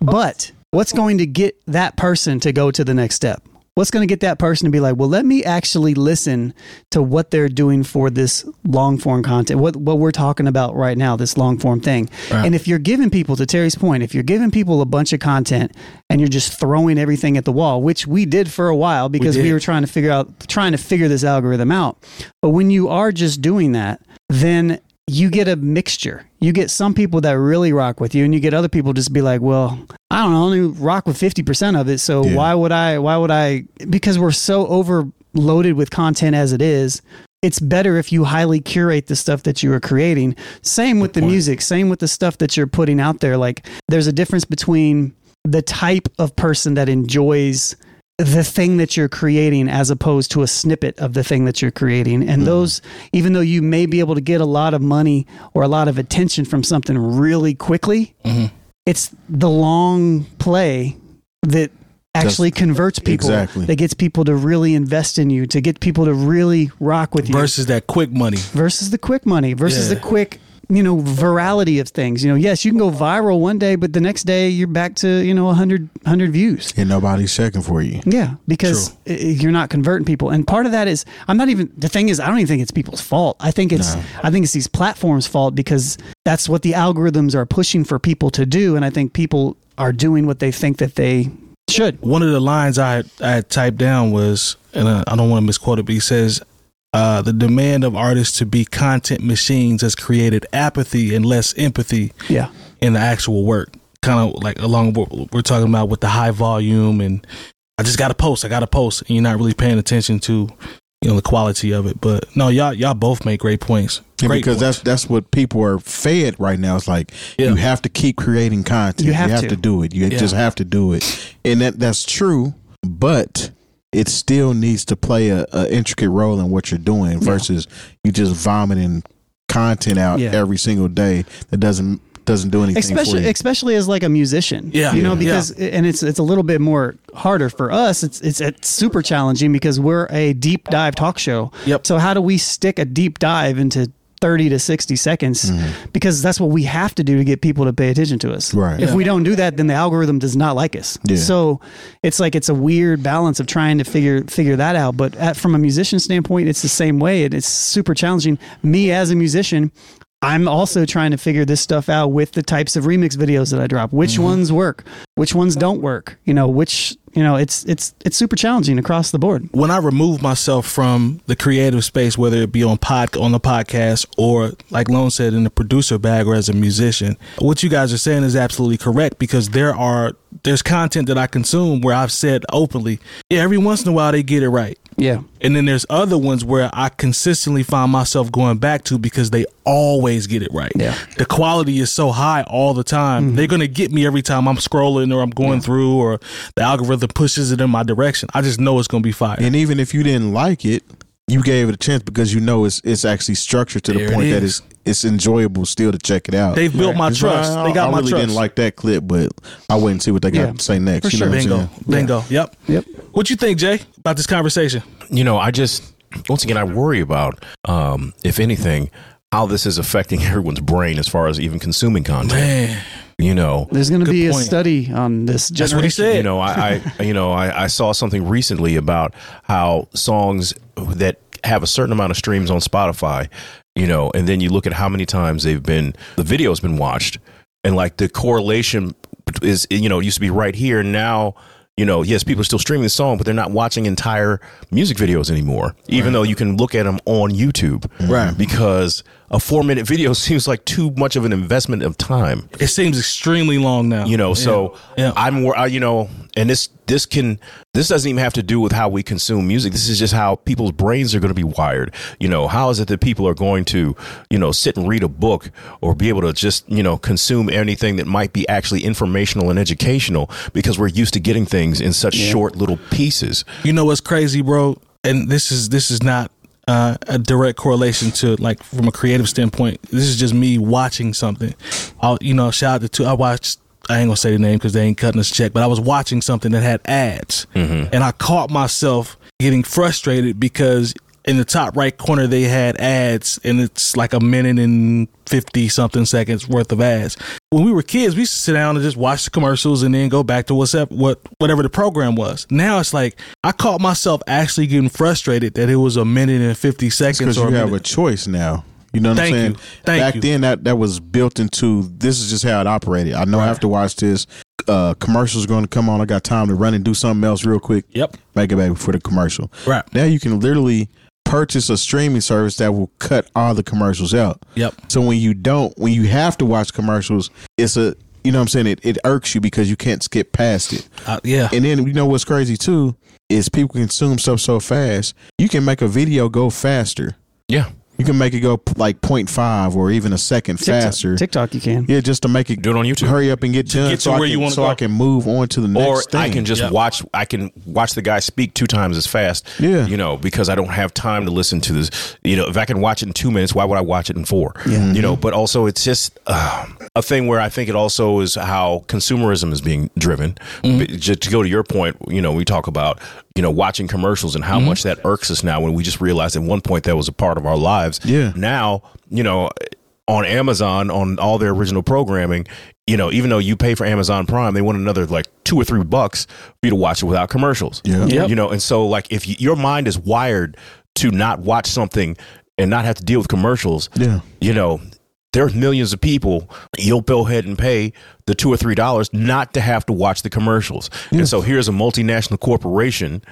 But what's going to get that person to go to the next step? What's going to get that person to be like, well, let me actually listen to what they're doing for this long form content, what, what we're talking about right now, this long form thing. And if you're giving people, to Terry's point, if you're giving people a bunch of content and you're just throwing everything at the wall, which we did for a while because we, did. were trying to figure out, trying to figure this algorithm out. But when you are just doing that, then you get a mixture. You get some people that really rock with you, and you get other people just be like, "Well, I don't know, I only rock with fifty percent of it, so why would I? Why would I?" Because we're so overloaded with content as it is. It's better if you highly curate the stuff that you are creating. Same with the music. Same with the stuff that you're putting out there. Like, there's a difference between the type of person that enjoys the thing that you're creating as opposed to a snippet of the thing that you're creating. Mm-hmm. And those, even though you may be able to get a lot of money or a lot of attention from something really quickly, Mm-hmm. it's the long play that actually converts people, exactly. that gets people to really invest in you, to get people to really rock with you versus that quick money. versus the quick money versus Yeah. the quick you know virality of things you know yes you can go viral one day but the next day you're back to you know 100 100 views And nobody's checking for you. yeah because i- i- you're not converting people and part of that is i'm not even the thing is i don't even think it's people's fault i think it's i think it's these platforms fault because that's what the algorithms are pushing for people to do and i think people are doing what they think that they should One of the lines I had, I had typed down was, and I, I don't want to misquote it, but he says, uh, "The demand of artists to be content machines has created apathy and less empathy yeah in the actual work." Kind of like along what we're talking about with the high volume, and I just got to post, I got to post, and you're not really paying attention to, you know, the quality of it. But no, y'all y'all both make great points. Yeah, Great because points. that's that's what people are fed right now. It's like you have to keep creating content. You have to. do it. You Yeah. just have to do it, and that that's true. But it still needs to play a, a intricate role in what you're doing versus you just vomiting content out Yeah. every single day that doesn't doesn't do anything for especially you. especially as like a musician Yeah. you know Yeah. because and it's it's a little bit more harder for us it's it's, it's super challenging because we're a deep dive talk show Yep. so how do we stick a deep dive into 30 to 60 seconds because that's what we have to do to get people to pay attention to us Right. if we don't do that then the algorithm does not like us Yeah. so it's like it's a weird balance of trying to figure figure that out but at, from a musician standpoint it's the same way and it's super challenging me as a musician I'm also trying to figure this stuff out with the types of remix videos that I drop. Which Mm-hmm. ones work? Which ones don't work? You know, which you know, it's it's it's super challenging across the board. when I remove myself from the creative space, whether it be on pod on the podcast or like Lone said in the producer bag or as a musician, what you guys are saying is absolutely correct because there are there's content that I consume where I've said openly, yeah, every once in a while they get it right. Yeah. And then there's other ones where I consistently find myself going back to because they always get it right. Yeah. The quality is so high all the time. They're going to get me every time I'm scrolling or I'm going through or the algorithm pushes it in my direction. I just know it's going to be fire. and even if you didn't like it, you gave it a chance because you know it's it's actually structured to the There it point that is. it's it's enjoyable still to check it out. They've built my That's why trust. I, They got I my really trust. didn't like that clip, but I wait and see what they got to say next. For you sure. know what Bingo. I'm saying? Bingo. Yep. Yep. What you think, Jay, about this conversation? you know, I just once again I worry about um, if anything how this is affecting everyone's brain as far as even consuming content. Man. You know, There's going to Good be a point. study on this. That's what he said. You know, I, I you know, I, I saw something recently about how songs that have a certain amount of streams on Spotify, you know, and then you look at how many times they've been the video's been watched, and like the correlation is, you know, it used to be right here and now. You know, yes, people are still streaming the song, but they're not watching entire music videos anymore. Even though you can look at them on YouTube, right? Because a four-minute video seems like too much of an investment of time It seems extremely long now. you know so Yeah. i'm wor- I, you know and this this can this doesn't even have to do with how we consume music this is just how people's brains are going to be wired you know how is it that people are going to you know sit and read a book or be able to just you know consume anything that might be actually informational and educational because we're used to getting things in such short little pieces You know what's crazy, bro? And this is this is not uh, a direct correlation to like from a creative standpoint. This is just me watching something. I'll you know shout out to two. I watched. I ain't gonna say the name because they ain't cutting us a check. But I was watching something that had ads, Mm-hmm. and I caught myself getting frustrated because in the top right corner they had ads, and it's like a minute and fifty something seconds worth of ads. When we were kids, we used to sit down and just watch the commercials and then go back to what's up, what whatever the program was. Now it's like I caught myself actually getting frustrated that it was a minute and fifty seconds Because or you a have minute. a choice now. You know what Thank I'm saying? you. Thank Back you. then, that that was built into. This is just how it operated. I know I have to watch this. Uh, commercials going to come on. I got time to run and do something else real quick. Yep. Make it back before the commercial. Right. Now you can literally purchase a streaming service that will cut all the commercials out. Yep. So when you don't, when you have to watch commercials, it's a you know what I'm saying. It, it irks you because you can't skip past it. Uh, yeah. And then you know what's crazy too is people consume stuff so fast. You can make a video go faster. yeah You can make it go p- like 0.5 or even a second TikTok, faster. TikTok, you can. Yeah, just to make it do it on youtube hurry up and get done get so, to I, where can, you wanna so go. I can move on to the or next thing. I can just Yeah. watch. I can watch the guy speak two times as fast. Yeah. you know, because I don't have time to listen to this. You know, if I can watch it in two minutes, why would I watch it in four? You know, Mm-hmm. but also it's just uh, a thing where I think it also is how consumerism is being driven. Mm-hmm. B- Just to go to your point, you know, we talk about you know watching commercials and how Mm-hmm. much that irks us now when we just realized at one point that was a part of our lives. Yeah. Now you know on Amazon on all their original programming, you know, even though you pay for Amazon Prime, they want another like two or three bucks for you to watch it without commercials. Yeah. Yep. You know, and so like if you, your mind is wired to not watch something and not have to deal with commercials, Yeah. you know, there's millions of people you'll go ahead and pay the two or three dollars not to have to watch the commercials. And so here's a multinational corporation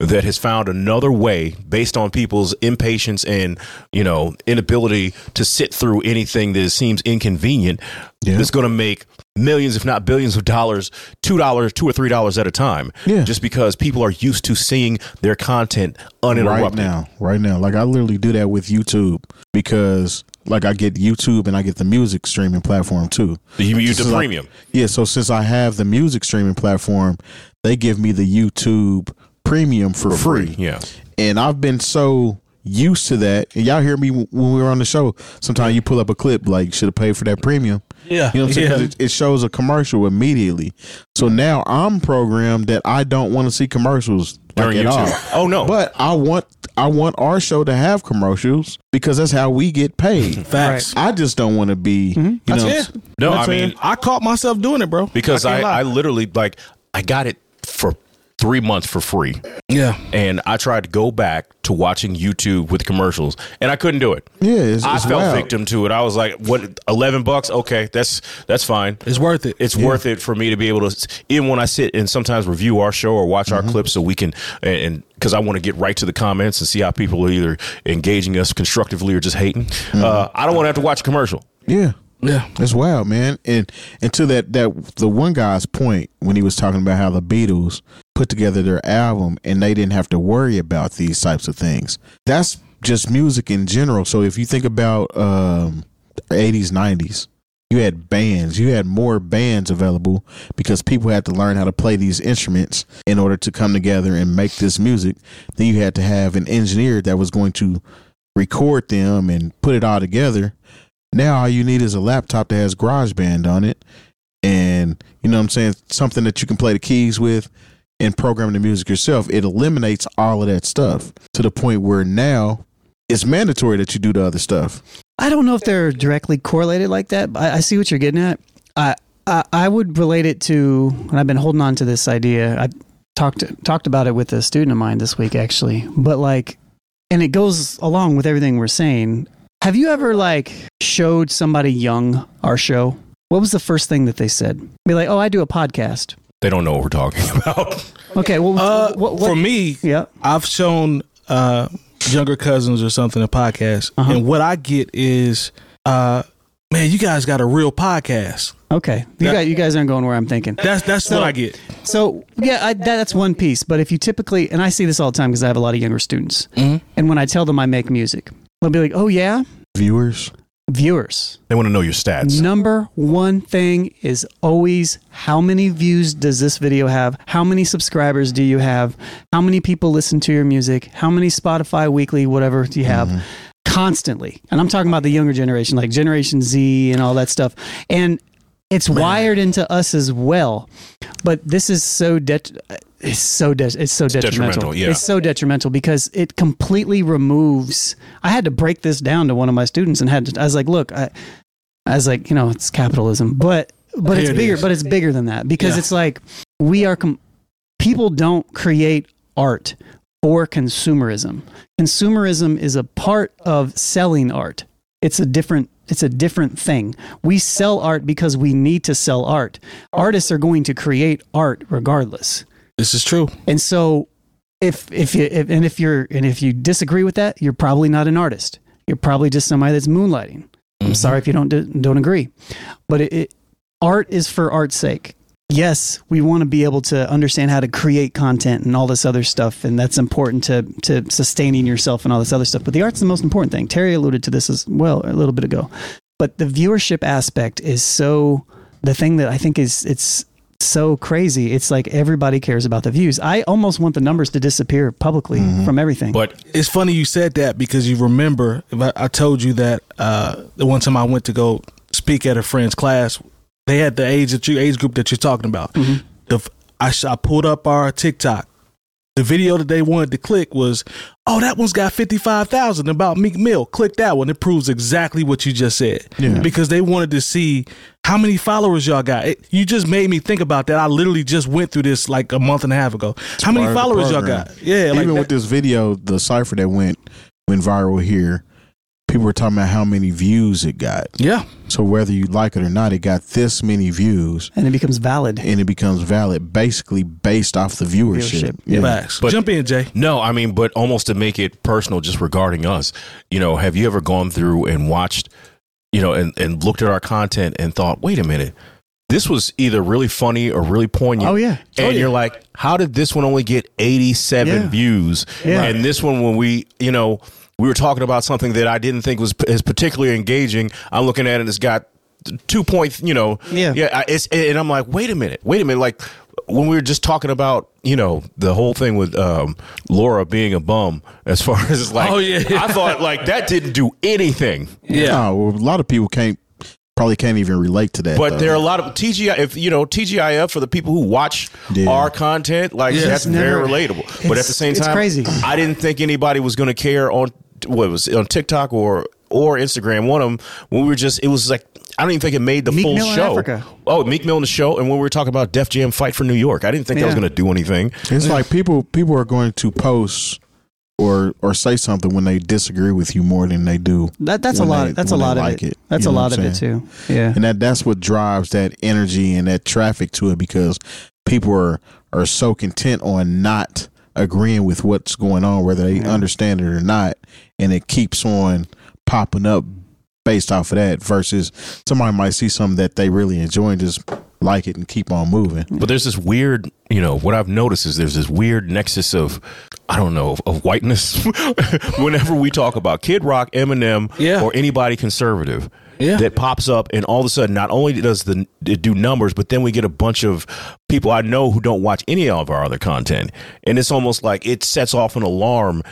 that has found another way based on people's impatience and you know inability to sit through anything that seems inconvenient Yeah. that's going to make millions if not billions of dollars two dollars two or three dollars at a time Yeah. just because people are used to seeing their content right uninterrupted now, right now. Like I literally do that with YouTube because like I get YouTube and I get the music streaming platform too. you, you This the is like- premium yeah, so since I have the music streaming platform, they give me the YouTube premium for, free. yeah and I've been so used to that. And y'all hear me w- when we were on the show. Sometimes you pull up a clip like should have paid for that premium. Yeah. You know what I'm saying? Yeah. 'Cause It, it shows a commercial immediately. So now I'm programmed that I don't want to see commercials like, During at all. YouTube. Oh, no. But I want I want our show to have commercials because that's how we get paid. Facts. I just don't want to be. Mm-hmm. You know, Yeah. no That's i mean I caught myself doing it, bro. because I, can't I, lie. literally like I got it for three months for free, yeah. and I tried to go back to watching YouTube with commercials, and I couldn't do it. yeah, it's, I it's fell wild. victim to it. I was like, "What? Eleven bucks? Okay, that's that's fine. It's worth it. It's worth it for me to be able to s- even when I sit and sometimes review our show or watch Mm-hmm. our clips so we can and because I want to get right to the comments and see how people are either engaging us constructively or just hating. Mm-hmm. Uh, I don't want to have to watch a commercial. Yeah. Yeah. That's wild, man. And and to that that the one guy's point when he was talking about how the Beatles put together their album and they didn't have to worry about these types of things. That's just music in general. So if you think about um eighties, nineties, you had bands. You had more bands available because people had to learn how to play these instruments in order to come together and make this music. Then you had to have an engineer that was going to record them and put it all together. Now all you need is a laptop that has GarageBand on it and you know what I'm saying something that you can play the keys with and program the music yourself. It eliminates all of that stuff to the point where now it's mandatory that you do the other stuff. I don't know if they're directly correlated like that, but I, I see what you're getting at. I, I I would relate it to, and I've been holding on to this idea. I talked talked about it with a student of mine this week, actually. But like, and it goes along with everything we're saying. Have you ever like showed somebody young our show? What was the first thing that they said? Be like, oh, I do a podcast. They don't know what we're talking about. Okay, well, Uh, what, what, for me, yeah, I've shown uh, younger cousins or something a podcast, Uh-huh. and what I get is, uh, man, you guys got a real podcast. Okay, you That- guys, you guys aren't going where I'm thinking. That's that's So- what I get. So yeah, I, that, that's one piece. But if you typically, and I see this all the time because I have a lot of younger students, and when I tell them I make music, they'll be like, "Oh yeah, Viewers, viewers." They want to know your stats. Number one thing is always how many views does this video have? How many subscribers do you have? How many people listen to your music? How many Spotify weekly, whatever do you have? Constantly. And I'm talking about the younger generation, like Generation Z and all that stuff. And it's wired into us as well. But this is so det- it's so de- it's so detrimental. detrimental, yeah. It's so detrimental because it completely removes. I had to break this down to one of my students and had to, I was like, look, I, I was like, you know, it's capitalism, but but Here it's it bigger, is. but it's bigger than that because Yeah. it's like we are com- people don't create art for consumerism. Consumerism is a part of selling art. It's a different it's a different thing. We sell art because we need to sell art. Artists are going to create art regardless. This is true. And so if if you if, and if you're and if you disagree with that, you're probably not an artist. You're probably just somebody that's moonlighting. I'm sorry if you don't don't agree, but it, it art is for art's sake. Yes, we want to be able to understand how to create content and all this other stuff, and that's important to to sustaining yourself and all this other stuff. But the art's the most important thing. Terry alluded to this as well a little bit ago, but the viewership aspect is so the thing that I think is it's so crazy. It's like everybody cares about the views. I almost want the numbers to disappear publicly Mm-hmm. from everything. But It's funny you said that because you remember if I, I told you that uh, the one time I went to go speak at a friend's class, they had the age that you age group that you're talking about. Mm-hmm. The f- I, sh- I pulled up our TikTok. The video that they wanted to click was, oh, that one's got fifty five thousand about Meek Mill. Click that one. It proves exactly what you just said. Yeah. Because they wanted to see how many followers y'all got. It, you just made me think about that. I literally just went through this like a month and a half ago. how many part of the followers y'all program. got? Yeah, like even that- with this video, the cipher that went went viral here, people were talking about how many views it got. yeah. So whether you like it or not, it got this many views, and it becomes valid. and it becomes valid basically based off the viewership. Viewership, Yeah. Facts. But- Jump in, Jay. No, I mean, but almost to make it personal, just regarding us, you know, have you ever gone through and watched, you know, and, and looked at our content and thought, wait a minute, this was either really funny or really poignant. Oh, yeah. And you're like, how did this one only get 87 Yeah. views? Yeah. And this one, when we, you know, we were talking about something that I didn't think was p- is particularly engaging. I'm looking at it and it's got two point, you know, Yeah. yeah. I- It's and I'm like, wait a minute, wait a minute. Like when we were just talking about, you know, the whole thing with um, Laura being a bum, as far as like, Oh, yeah. I thought like that didn't do anything. Yeah. Oh, well, a lot of people can't probably can't even relate to that. But though. there are a lot of TGI. If you know TGIF for the people who watch Yeah. our content, like Yeah. It's that's never- very relatable. But at it's- the same it's time, crazy. I didn't think anybody was going to care on what was it, on TikTok or or Instagram. One of them when we were just it was like I don't even think it made the Meek full Mill in show. Africa. Oh, Meek Mill in the show, and when we were talking about Def Jam fight for New York, I didn't think that was Yeah. going to do anything. It's like people people are going to post or or say something when they disagree with you more than they do. That that's when a lot. they- that's a when they lot of like it. it. That's You a know lot what of I'm it too. Yeah. And that that's what drives that energy and that traffic to it because people are are so content on not agreeing with what's going on whether they understand it or not and it keeps on popping up based off of that versus somebody might see something that they really enjoy and just like it and keep on moving. But there's this weird, you know, what I've noticed is there's this weird nexus of, I don't know, of, of whiteness. Whenever we talk about Kid Rock, Eminem, Yeah. or anybody conservative, that pops up, and all of a sudden, not only does the it do numbers, but then we get a bunch of people I know who don't watch any of our other content, and it's almost like it sets off an alarm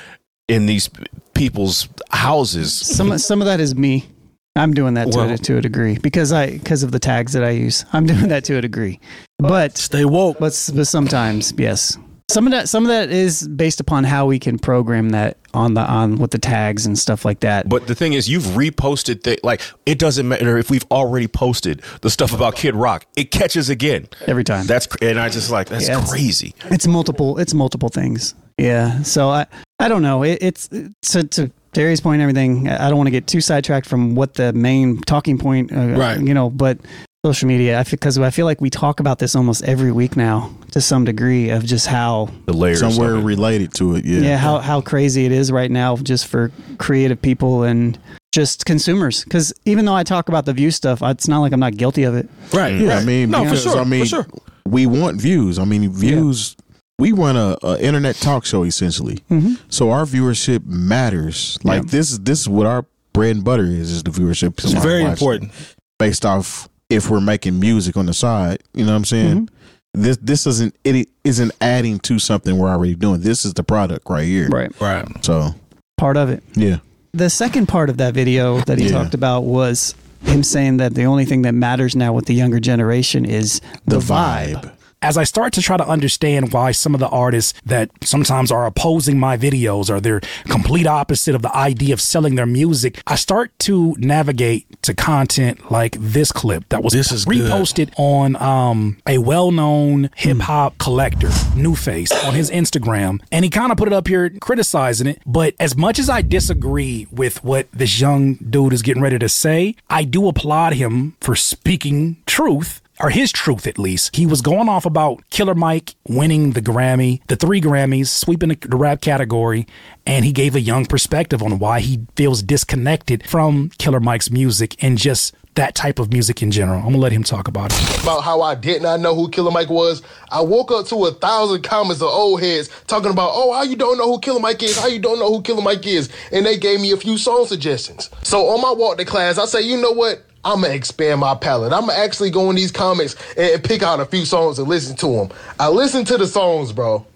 in these people's houses. Some some of that is me. I'm doing that to, Well- a, to a degree because I because of the tags that I use. I'm doing that to a degree, but stay woke. But, s- but sometimes, yes, some of that some of that is based upon how we can program that on the on with the tags and stuff like that. But the thing is, you've reposted thi- like it doesn't matter if we've already posted the stuff about Kid Rock. It catches again every time. That's cr- and I just like that's Yeah, it's- crazy. It's multiple. It's multiple things. Yeah. So I I don't know. It, it's to to Terry's point. and Everything. I I don't want to get too sidetracked from what the main talking point. Uh, Right. You know, but social media. I because I feel like we talk about this almost every week now to some degree of just how The layers of somewhere it. related to it. Yeah, how how crazy it is right now just for creative people and just consumers because even though i talk about the view stuff it's not like i'm not guilty of it Right. Yeah, right. I mean, no, for because, sure. I mean, for sure. we want views. I mean, views. We run a, a internet talk show essentially, Mm-hmm. so our viewership matters. Like this is this is what our bread and butter is: is the viewership. It's very important. based off if we're making music on the side. You know what I'm saying? Mm-hmm. This this isn't it isn't adding to something we're already doing. This is the product right here. right Right. So part of it yeah, the second part of that video that he Yeah. talked about was him saying that the only thing that matters now with the younger generation is the, vibe. as I start to try to understand why some of the artists that sometimes are opposing my videos or they're complete opposite of the idea of selling their music, I start to navigate to content like this clip that was This is good. reposted on um, a well-known hip hop collector, Newface, on his Instagram, and he kind of put it up here criticizing it. But as much as I disagree with what this young dude is getting ready to say, I do applaud him for speaking truth or his truth at least. He was going off about Killer Mike winning the Grammy, the three Grammys, sweeping the, the rap category, and he gave a young perspective on why he feels disconnected from Killer Mike's music and just that type of music in general. I'm gonna let him talk about it. about how I did not know who Killer Mike was. I woke up to a thousand comments of old heads talking about, oh, how you don't know who Killer Mike is, how you don't know who Killer Mike is. And they gave me a few song suggestions. So on my walk to class, I say, you know what? I'm gonna expand my palette. I'm gonna actually go in these comments and, and pick out a few songs and listen to them. I listened to the songs, bro.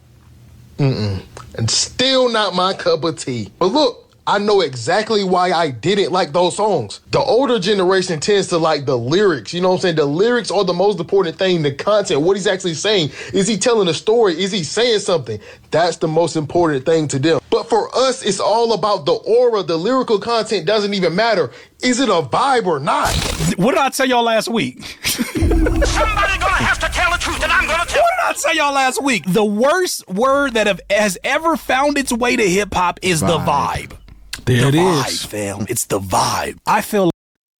Mm-mm. And still not my cup of tea. But look, I know exactly why I didn't like those songs. The older generation tends to like the lyrics. You know what I'm saying? The lyrics are the most important thing, the content, what he's actually saying. Is he telling a story? Is he saying something? That's the most important thing to them. But for us, it's all about the aura. The lyrical content doesn't even matter. Is it a vibe or not? What did I tell y'all last week? Somebody gonna have to tell the truth, and I'm gonna tell. What did I say y'all last week? The worst word that have, has ever found its way to hip hop is the vibe. There it the is. vibe, fam. It's the vibe. I feel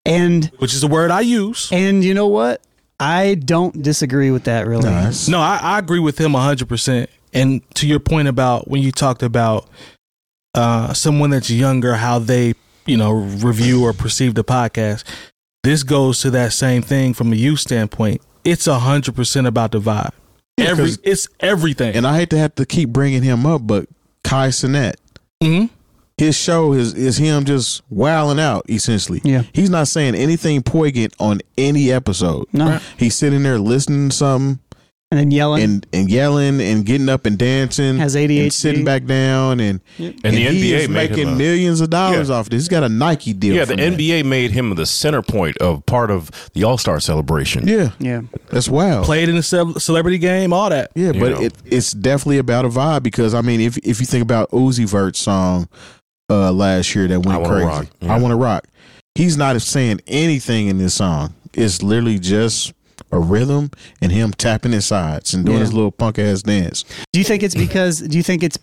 And which is the word I use. And you know what? I don't disagree with that really. No, I, I agree with him 100%. And to your point about when you talked about uh, someone that's younger, how they, you know, review or perceive the podcast, this goes to that same thing from a youth standpoint. It's 100% about the vibe. Every, it's everything. And I hate to have to keep bringing him up, but Kai Sinet, Mhm. his show is is him just wilding out essentially. Yeah. he's not saying anything poignant on any episode. No. Right. he's sitting there listening to something And then yelling. and and yelling and getting up and dancing. Has and ADHD. sitting back down and And the NBA he is made him making a- millions of dollars Yeah. off this. He's got a Nike deal. Yeah, the from that. NBA made him the center point of part of the All Star celebration. Yeah, yeah, that's wild. Played in the ce- celebrity game, all that. Yeah, You but know? it, it's definitely about a vibe because I mean, if if you think about Uzi Vert's song uh, last year that went Wanna crazy, Rock, yeah. I want to rock. He's not saying anything in this song. It's literally just a rhythm and him tapping his sides and doing Yeah. his little punk ass dance. Do you think it's because? Do you think it's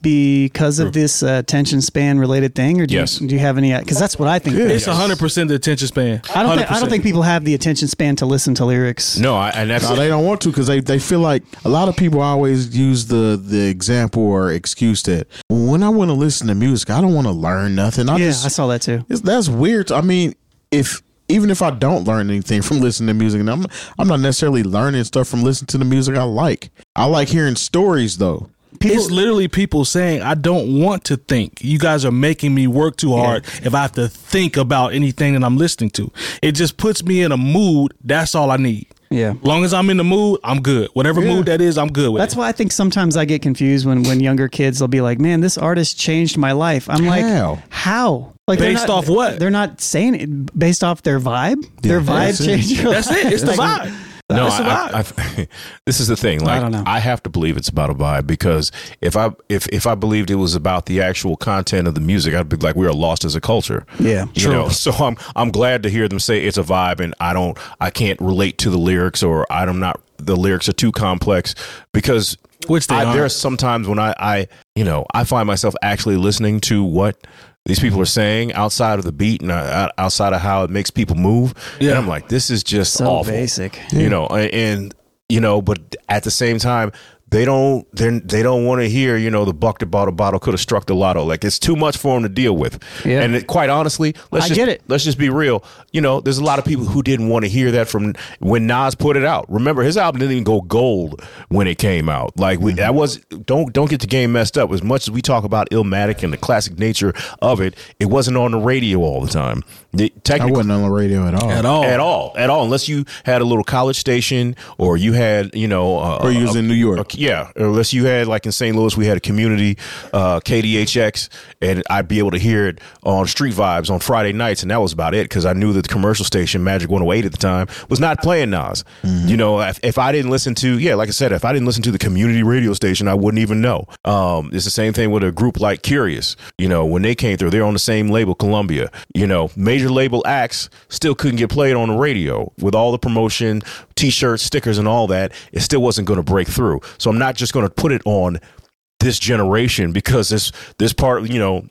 because of this uh, attention span related thing, or do Yes. you, do you have any? Because that's what I think. it It's is. 100% the attention span. I don't. Think, I don't think people have the attention span to listen to lyrics. No, I, and that's No, they don't want to because they, they feel like a lot of people always use the the example or excuse that when I want to listen to music, I don't want to learn nothing. I yeah, just I saw that too. It's, that's weird. I mean, if even if I don't learn anything from listening to music, and I'm I'm not necessarily learning stuff from listening to the music I like. I like hearing stories though. it's literally people saying, "I don't want to think. You guys are making me work too hard if I have to think about anything that I'm listening to. It just puts me in a mood. That's all I need. Yeah. long as I'm in the mood, I'm good. Whatever Yeah. mood that is, I'm good with. That's why I think sometimes I get confused when when younger kids will be like, "Man, this artist changed my life." I'm like, How? How? Like they're Based not- off what? They're not saying it based off their vibe. their that's vibe it. changed. your That's life. it. It's the vibe. No, That's I, I, I- this is the thing. Like, I, have to believe it's about a vibe because if I if if I believed it was about the actual content of the music, I'd be like, we are lost as a culture. Yeah, you true. know. So I'm I'm glad to hear them say it's a vibe, and I don't I can't relate to the lyrics, or I'm not the lyrics are too complex because which they I, there aren't. are sometimes when I I you know I find myself actually listening to what. These people are saying outside of the beat and uh, outside of how it makes people move, yeah. and I'm like, this is just So awful. basic. you know, and, and you know, but at the same time, they don't they they don't want to hear you know the buck that bought a bottle could have struck the lotto. Like it's too much for them to deal with. Yeah. And it, quite honestly, let's I just get it. let's just be real. You know, there's a lot of people who didn't want to hear that from when Nas put it out. Remember, his album didn't even go gold when it came out. Like we, that was don't don't get the game messed up. As much as we talk about Illmatic and the classic nature of it, it wasn't on the radio all the time. The, I wasn't on the radio at all. At all. at all, at all, unless you had a little college station or you had, you know, uh, Or you was a- in New York. a- yeah, unless you had like in St. Louis, we had a community uh, KDHX, and I'd be able to hear it on Street Vibes on Friday nights, and that was about it because I knew that the commercial station Magic 108 at the time was not playing Nas. Mm-hmm. You know, if, if I didn't listen to, yeah, like I said, if I didn't listen to the community radio station, I wouldn't even know. Um, it's the same thing with a group like Curious. You know, when they came through, they're on the same label, Columbia. You know, major label acts still couldn't get played on the radio with all the promotion, t-shirts, stickers, and all that. It still wasn't going to break through. So I'm not just going to put it on this generation because this this part, you know.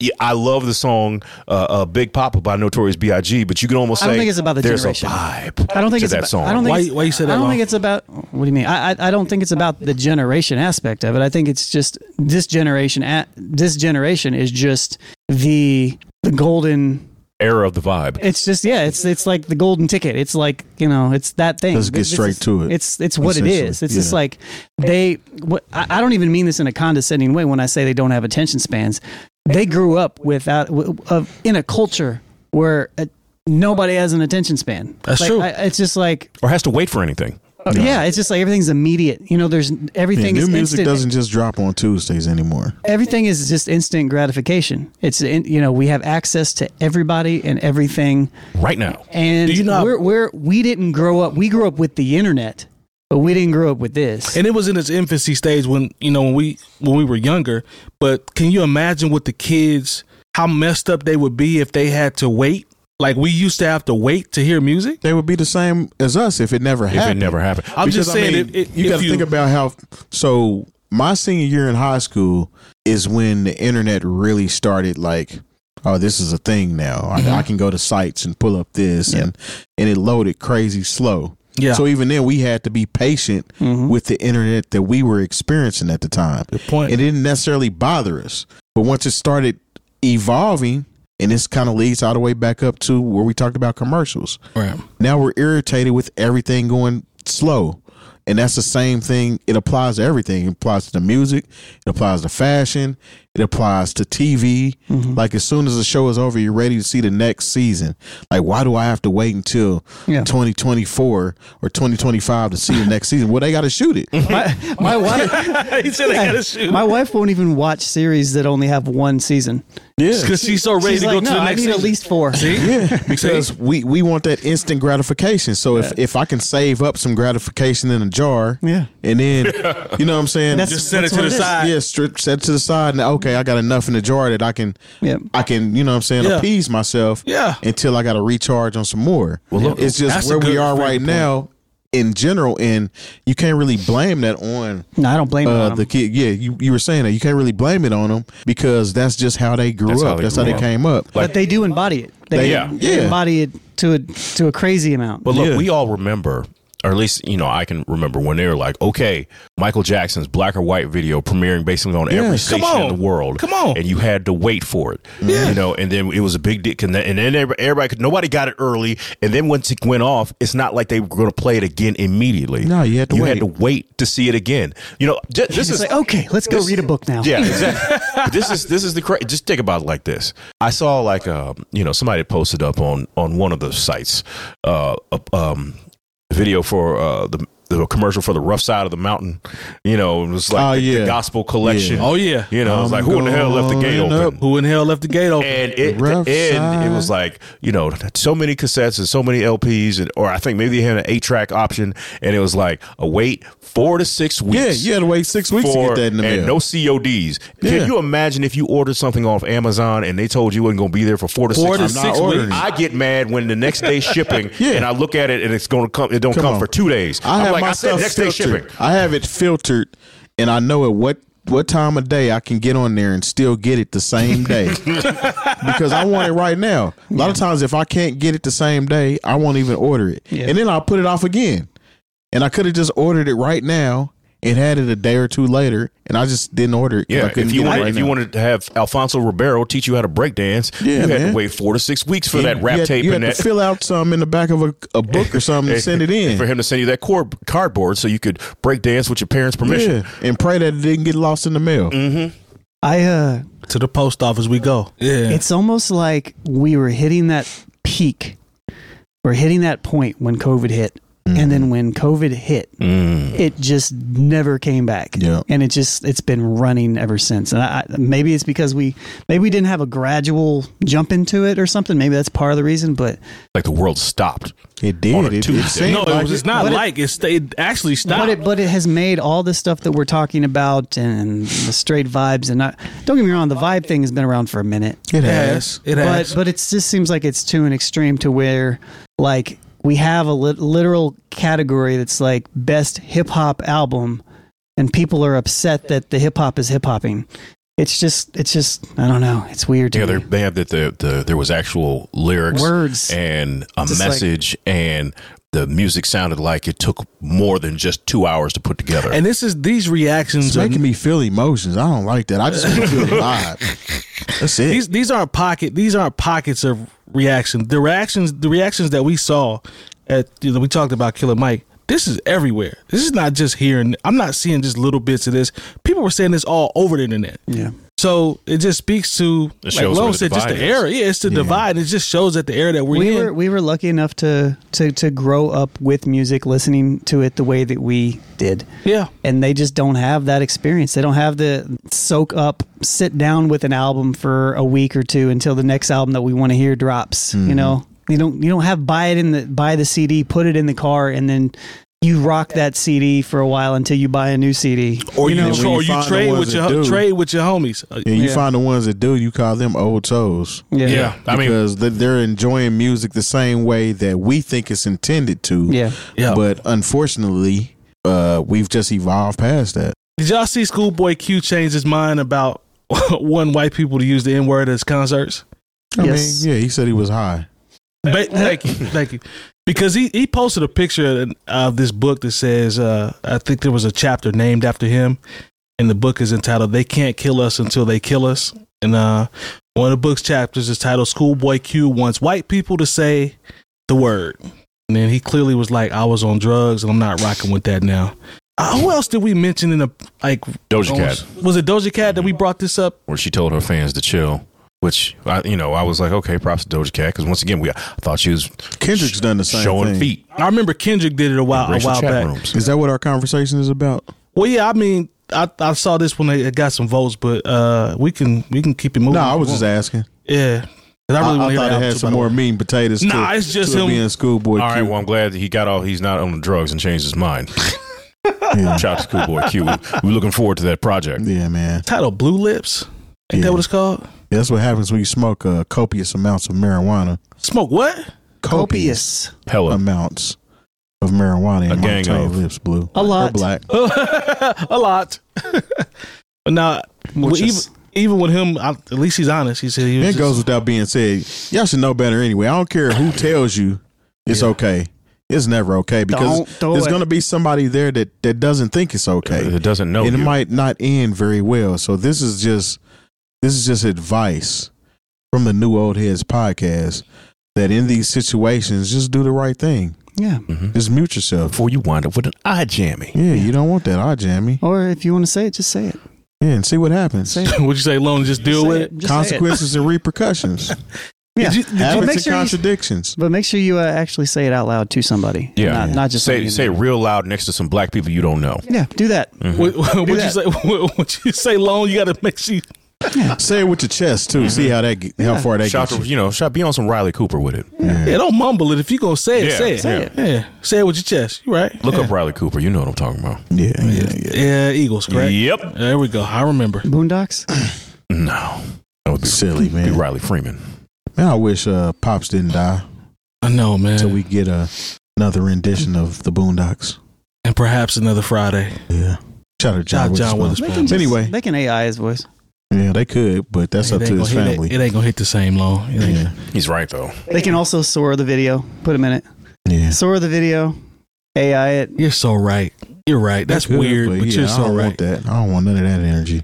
yeah, I love the song uh, uh, "Big Papa" by Notorious B.I.G., but you can almost I say don't think it's about the there's generation. a vibe. I don't think to it's that about, song. I don't think it's- I don't Lon? think it's about. What do you mean? I, I I don't think it's about the generation aspect of it. I think it's just this generation. At this generation is just the the golden. era of the vibe. It's just yeah. It's it's like the golden ticket. It's like you know. It's that thing. Let's get This straight is- to it, It's it's what it essentially. is. It's just Yeah. like they. What I, I don't even mean this in a condescending way when I say they don't have attention spans. They grew up without w- of in a culture where. uh Nobody has an attention span. That's Like, true. I- it's just like or has to wait for anything. yeah. it's just like everything's immediate. You know, there's everything Oh, Yeah, is new music instant. doesn't just drop on Tuesdays anymore. everything is just instant gratification. It's in, you know we have access to everybody and everything right now. And we're, we're we didn't grow up. We grew up with the internet, but we didn't grow up with this. And it was in its infancy stage when you know when we when we were younger. But can you imagine what the kids how messed up they would be if they had to wait? Like we used to have to wait to hear music. They would be the same as us if it never it happened. never happened. I'm just saying mean, if- if- you if got to you- think about how. So my senior year in high school is when the internet really started. Like, oh, this is a thing now. Mm-hmm. I, I can go to sites and pull up this, and and it loaded crazy slow. Yeah. Mm-hmm. So even then, we had to be patient with the internet that we were experiencing at the time. Good point. It didn't necessarily bother us, but once it started evolving, and this kind of leads all the way back up to where we talked about commercials. Right. Now we're irritated with everything going slow. And that's the same thing. It applies to everything. It applies to the music. It applies to fashion. It applies to TV. Like as soon as the show is over, you're ready to see the next season. Like why do I have to wait until 2024 or 2025 to see the next season? Well, they got to shoot it. My wife, he said I gotta shoot. my wife won't even watch series that only have one season. Yeah, because she's so ready She's to like, go to "No, the I next. need at season." least four. See? Yeah, because we, we want that instant gratification. So if, if I can save up some gratification in a jar, Yeah. and then you know what I'm saying, That's- Just set it that's to what the it is. side. Yeah, strip, set it to the side, and okay, I got enough in the jar that I can, Yep. I can, you know what I'm saying, Yeah. appease myself, Yeah. until I got to recharge on some more. Well, look, it's that's just a where we good are freaking right point. now in general, and you can't really blame that on No, I don't blame uh, her. the kid. Yeah, you, you were saying that you can't really blame it on them because that's just how they grew That's how up. they that's grew how up. they came up. but they do embody it. They, They- yeah, yeah. embody it to a to a crazy amount. But look, we all remember or at least you know I can remember when they were like, okay, Michael Jackson's black or white video premiering basically on Yeah, every come station in on. the world. Come on. and you had to wait for it. Yeah. you know, and then it was a big dick, and then, and then everybody, everybody could, nobody got it early, and then once it went off, it's not like they were going to play it again immediately. No, you had to you wait. had to wait to see it again. You know, ju- this It's is like, okay, let's go read a book now. yeah, exactly. But this is this is the cra- just think about it like this. I saw like uh, you know somebody posted up on on one of the sites uh a, um video for uh the the commercial for the rough side of the mountain, you know, it was like Oh, the, the yeah. gospel collection. Yeah. Oh, yeah. you know, it was I'm like who in the hell left the gate going open? up. Who in the hell left the gate open? And it, Rough the end, it was side. like you know, so many cassettes and so many LPs, and or I think maybe they had an eight track option, and it was like a wait four to six weeks. Yeah, you had to wait six weeks to get that in the and no mail. CODs. Yeah. Can you imagine if you ordered something off Amazon and they told you it wasn't going to be there for four to six Four to weeks? six ordering weeks. it. I get mad when the next day shipping, and I look at it and it's going to come. It don't come, Come on. for two days. I I'm have like, my I said stuff next day filtered. shipping. I have it filtered, and I know at what what time of day I can get on there and still get it the same day because I want it right now. A lot of times, if I can't get it the same day, I won't even order it, and then I'll put it off again. And I could have just ordered it right now and had it a day or two later, and I just didn't order it. 'cause I Yeah, couldn't if you get it wanted, right if you now. wanted to have Alfonso Ribeiro teach you how to break dance, Yeah, you had man. to wait four to six weeks for And that rap you had, tape you and had that to fill out some in the back of a, a book or something and send it in. for him to send you that cord, cardboard so you could break dance with your parents' permission. Yeah, and pray that it didn't get lost in the mail. Mm-hmm. I uh, to the post office we go. Yeah. It's almost like we were hitting that peak. We're hitting that point when COVID hit. And then when COVID hit, it just never came back. Yeah. And it just it's been running ever since. And I, I- maybe it's because we maybe we didn't have a gradual jump into it or something. Maybe that's part of the reason, but Like the world stopped. It On a did. It, it Tuesday. seemed no, Oh, it like was, it's not But it- like it, stayed actually stopped. But it, but it has made all the stuff that we're talking about and the straight vibes and not, don't get me wrong, the vibe thing has been around for a minute. It has. It but, has. But it just seems like it's to an extreme to where like we have a lit- literal category that's like best hip hop album, and people are upset that the hip hop is hip hopping. It's just it's just I don't know. It's weird. To Yeah, they're, me. they have that the, the there was actual lyrics, Words. and a Just like- message, and the music sounded like it took more than just two hours to put together. and this is these reactions It's are making me feel emotions. I don't like that. I just want to feel alive. That's it. These these aren't pocket. These aren't pockets of reaction. The reactions, the reactions that we saw at you know, we talked about Killer Mike. This is everywhere. This is not just here. And I'm not seeing just little bits of this. People were saying this all over the internet. Yeah. So it just speaks to It like shows where Lo the said, just the divide is. era. Yeah, it's the divide. It just shows that the era that we're in. we were we were lucky enough to to to grow up with music, listening to it the way that we did. Yeah. and they just don't have that experience. They don't have the soak up, sit down with an album for a week or two until the next album that we want to hear drops. You know, you don't you don't have buy it in the buy the CD, put it in the car, and then. You rock that CD for a while until you buy a new CD. or you, know, when tra- you or you find the trade ones with that your do. trade with your homies. Uh, And you yeah. find the ones that do, you call them old toes. Yeah. Yeah, I mean- because they- they're enjoying music the same way that we think it's intended to. Yeah. Yeah. But unfortunately, uh, we've just evolved past that. Did y'all see Schoolboy Q change his mind about one white people to use the N word at his concerts? I Yes. mean, yeah, he said he was high. Ba- thank you, thank you. Because he, he posted a picture of- of this book that says, uh, I think there was a chapter named after him, and the book is entitled "They Can't Kill Us Until They Kill Us." And uh, one of the book's chapters is titled "Schoolboy Q Wants White People to Say the Word," and then he clearly was like, "I was on drugs, and I'm not rocking with that now." Uh, who else did we mention in the like Doja on- Cat. Was it Doja Cat that we brought this up? where she told her fans to chill. Which I, you know, I was like, okay, props to Doja Cat because once again, we I thought she was Kendrick's done the same showing thing. feet. I remember Kendrick did it a while a racial while chat back. rooms. Is that what our conversation is about? Well, yeah, I mean, I, I saw this when they it got some votes, but uh, we can we can keep it moving. No, if I you was just want. asking. yeah. 'Cause I really I, I want to hear thought that it had album, some too, more by meat and potatoes. Nah, to, it's just to it him- being schoolboy. All right, Q. well, I'm glad that he got off. He's not on the drugs and changed his mind. Shout out to Schoolboy Q. We- We're looking forward to that project. yeah, man. the way. title Blue Lips. Ain't Yeah. that what it's called? That's what happens when you smoke uh, copious amounts of marijuana. Smoke what? Copious. Hella. amounts of marijuana A in my gang entire of. lips blue. A lot. Or black. a lot. but now, well, even Muchas. even with him, I, at least he's honest. He said he was. It just- goes without being said. Y'all should know better anyway. I don't care who tells you it's okay. It's never okay because Don't do there's it. going to be somebody there that that doesn't think it's okay. That doesn't know and it you. might not end very well. So this is just this is just advice from the New Old Heads podcast that in these situations, just do the right thing. Yeah, just mute yourself before you wind up with an eye jammy. Yeah, you don't want that eye jammy. Or if you want to say it, just say it. Yeah, and see what happens. Say it. Would you say, Lone, just deal say with it. it? Just say it. Consequences and repercussions. Yeah, Habits make and sure you- contradictions. but make sure you uh, actually say it out loud to somebody. Yeah, not, not just say something- say it real loud next to some black people you don't know. Yeah, do that. Mhm. What, what, Do what you that. say? What, what you say, Lone? You got to make sure. You, Say it with your chest too. See how that get, how Yeah. far that Shout gets. to- you know, shout be on some Riley Cooper with it. yeah, don't mumble it. If you gonna say it, Yeah, say it. say yeah. say it with your chest. You right? Look yeah. up Riley Cooper. You know what I'm talking about. Yeah, yeah, Yeah, Eagles. Correct. Yep. There we go. I remember. Boondocks. No, that would be silly Be man. Riley Freeman. Man, I wish uh, pops didn't die I know, man. until we get a, another rendition of the Boondocks. and perhaps another Friday. Yeah, shout out John, John, John Witherspoon. Witherspoon. They can just- Anyway. they can AI his voice. Yeah, they could, but that's It up ain't to gonna his hit- family. It, ain't gonna hit the same, Lone. It ain't- yeah, He's right though. They can also soar the video. Put a minute. yeah. Soar the video. AI it. You're so right. You're right. That's They could, weird, but, yeah, you're I so don't want right. that. I don't want none of that energy.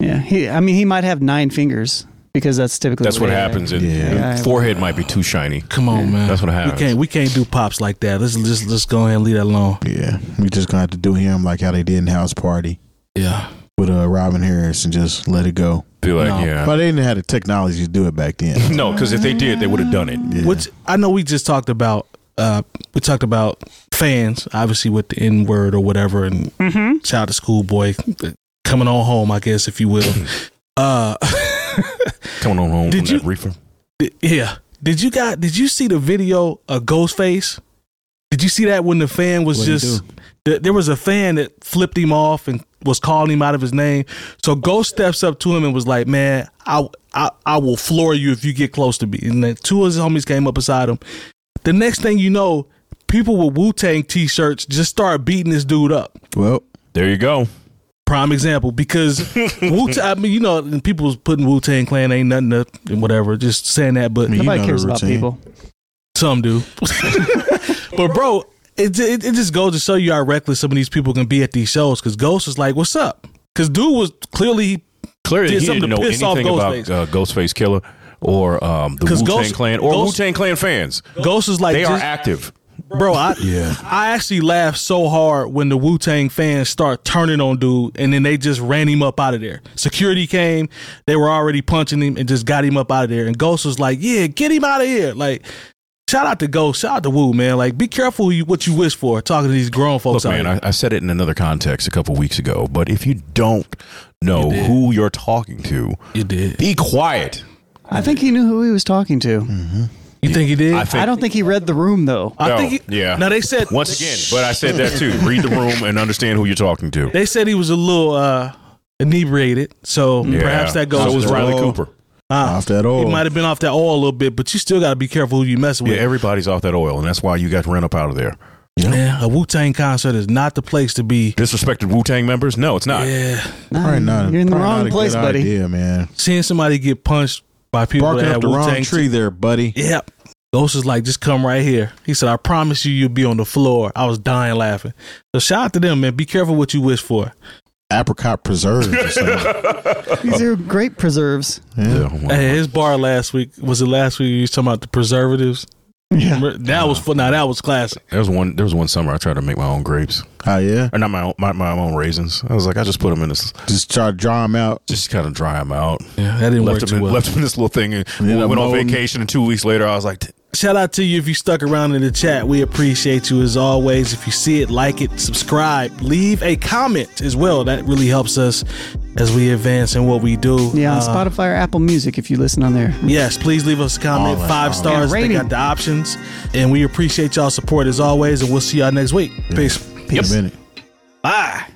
Yeah. He. I mean, he might have nine fingers because that's typically That's what AI happens. And Yeah. the forehead might be too shiny. Come on, man. That's what We happens. can't. We can't do pops like that. Let's just let's go ahead and leave that alone. Yeah, we just gonna have to do him like how they did in House Party Yeah. with uh, Robin Harris and just let it go. Be like, No. yeah. Oh. But they didn't have the technology to do it back then. No, because if they did, they would have done it. Yeah. Which I know we just talked about. Uh, we talked about fans, obviously with the N word or whatever, and child to schoolboy uh, coming on home, I guess, if you will. uh, Coming on home Did from you- that reefer. Did- yeah. Did you got? Did you see the video of Ghostface? Did you see that when the fan was What'd he just? th- there was a fan that flipped him off and was calling him out of his name. So Ghost steps up to him and was like, "Man, I I, I will floor you if you get close to me." And then two of his homies came up beside him. The next thing you know, people with Wu Tang T-shirts just start beating this dude up Well, There you go. prime example because Wu I mean, you know, and people was putting Wu Tang Clan ain't nothing to and whatever, just saying that, but I mean, you Nobody know the cares about routine. people. some do. but bro, it, it it just goes to show you how reckless some of these people can be at these shows. Because Ghost was like, "What's up?" Because dude was clearly Clearly, Did he something didn't to know piss off anything about Ghostface. uh, Ghostface Killer or um, the 'Cause Wu Tang Ghost- Clan or Wu Ghost- Tang Clan fans. Ghost was like, they are just- active. bro." I Yeah. I actually laughed so hard when the Wu Tang fans start turning on dude, and then they just ran him up out of there. Security came, they were already punching him, and just got him up out of there. And Ghost was like, "Yeah, get him out of here!" Like, shout out to Ghost, shout out to Wu, man. Like, be careful who you, what you wish for. Talking to these grown folks, Look, out man, here. I, I said it in another context a couple weeks ago, but if you don't know You did. who you're talking to, you did. be quiet. I think he knew who he was talking to. Hmm. You think he did? I think. I don't think he read the room though. I No, think he- yeah. No, they said Once again, but I said that too. Read the room and understand who you're talking to. they said he was a little uh inebriated, so Yeah. perhaps that goes. So was to- Riley Oh. Cooper. off that oil. Uh, He might have been off that oil a little bit, but you still got to be careful who you messing Yeah, with. everybody's off that oil, and that's why you got run up out of there. Man, a Wu Tang concert is not the place to be. Disrespected Wu Tang members? No, it's not. Yeah, Probably not. Uh, You're in the probably wrong not a place, good buddy. Idea, man. seeing somebody get punched by people Barking that up have the Wu wrong Tang. tree there, buddy. Yep. Ghost is like, just come right here. He said, I promise you, you'll be on the floor. I was dying laughing. So shout out to them, man. Be careful what you wish for. Apricot preserves. or something. These are grape preserves. yeah. Yeah, well, Hey, his bar last week was it last week? You was talking about the preservatives. Yeah. Remember- That was fun. Now that was classic. There was one. There was one summer I tried to make my own grapes, Oh yeah. or not my own, my, my own raisins. I was like, I just put them in this, Just try to draw him out. just kind of dry them out. Yeah, that didn't Left work them, too in, well. left them in this little thing, and And then we a went on mold. vacation. And two weeks later, I was like, "T- Shout out to you if you stuck around in the chat. We appreciate you as always. If you see it, like it, subscribe, leave a comment as well. That really helps us as we advance in what we do. Yeah, on Uh, Spotify or Apple Music if you listen on there. Yes, please leave us a comment. All that, Five all stars. that. They got the options. And we appreciate y'all support as always. And we'll see y'all next week. Peace. Peace. minute. Bye.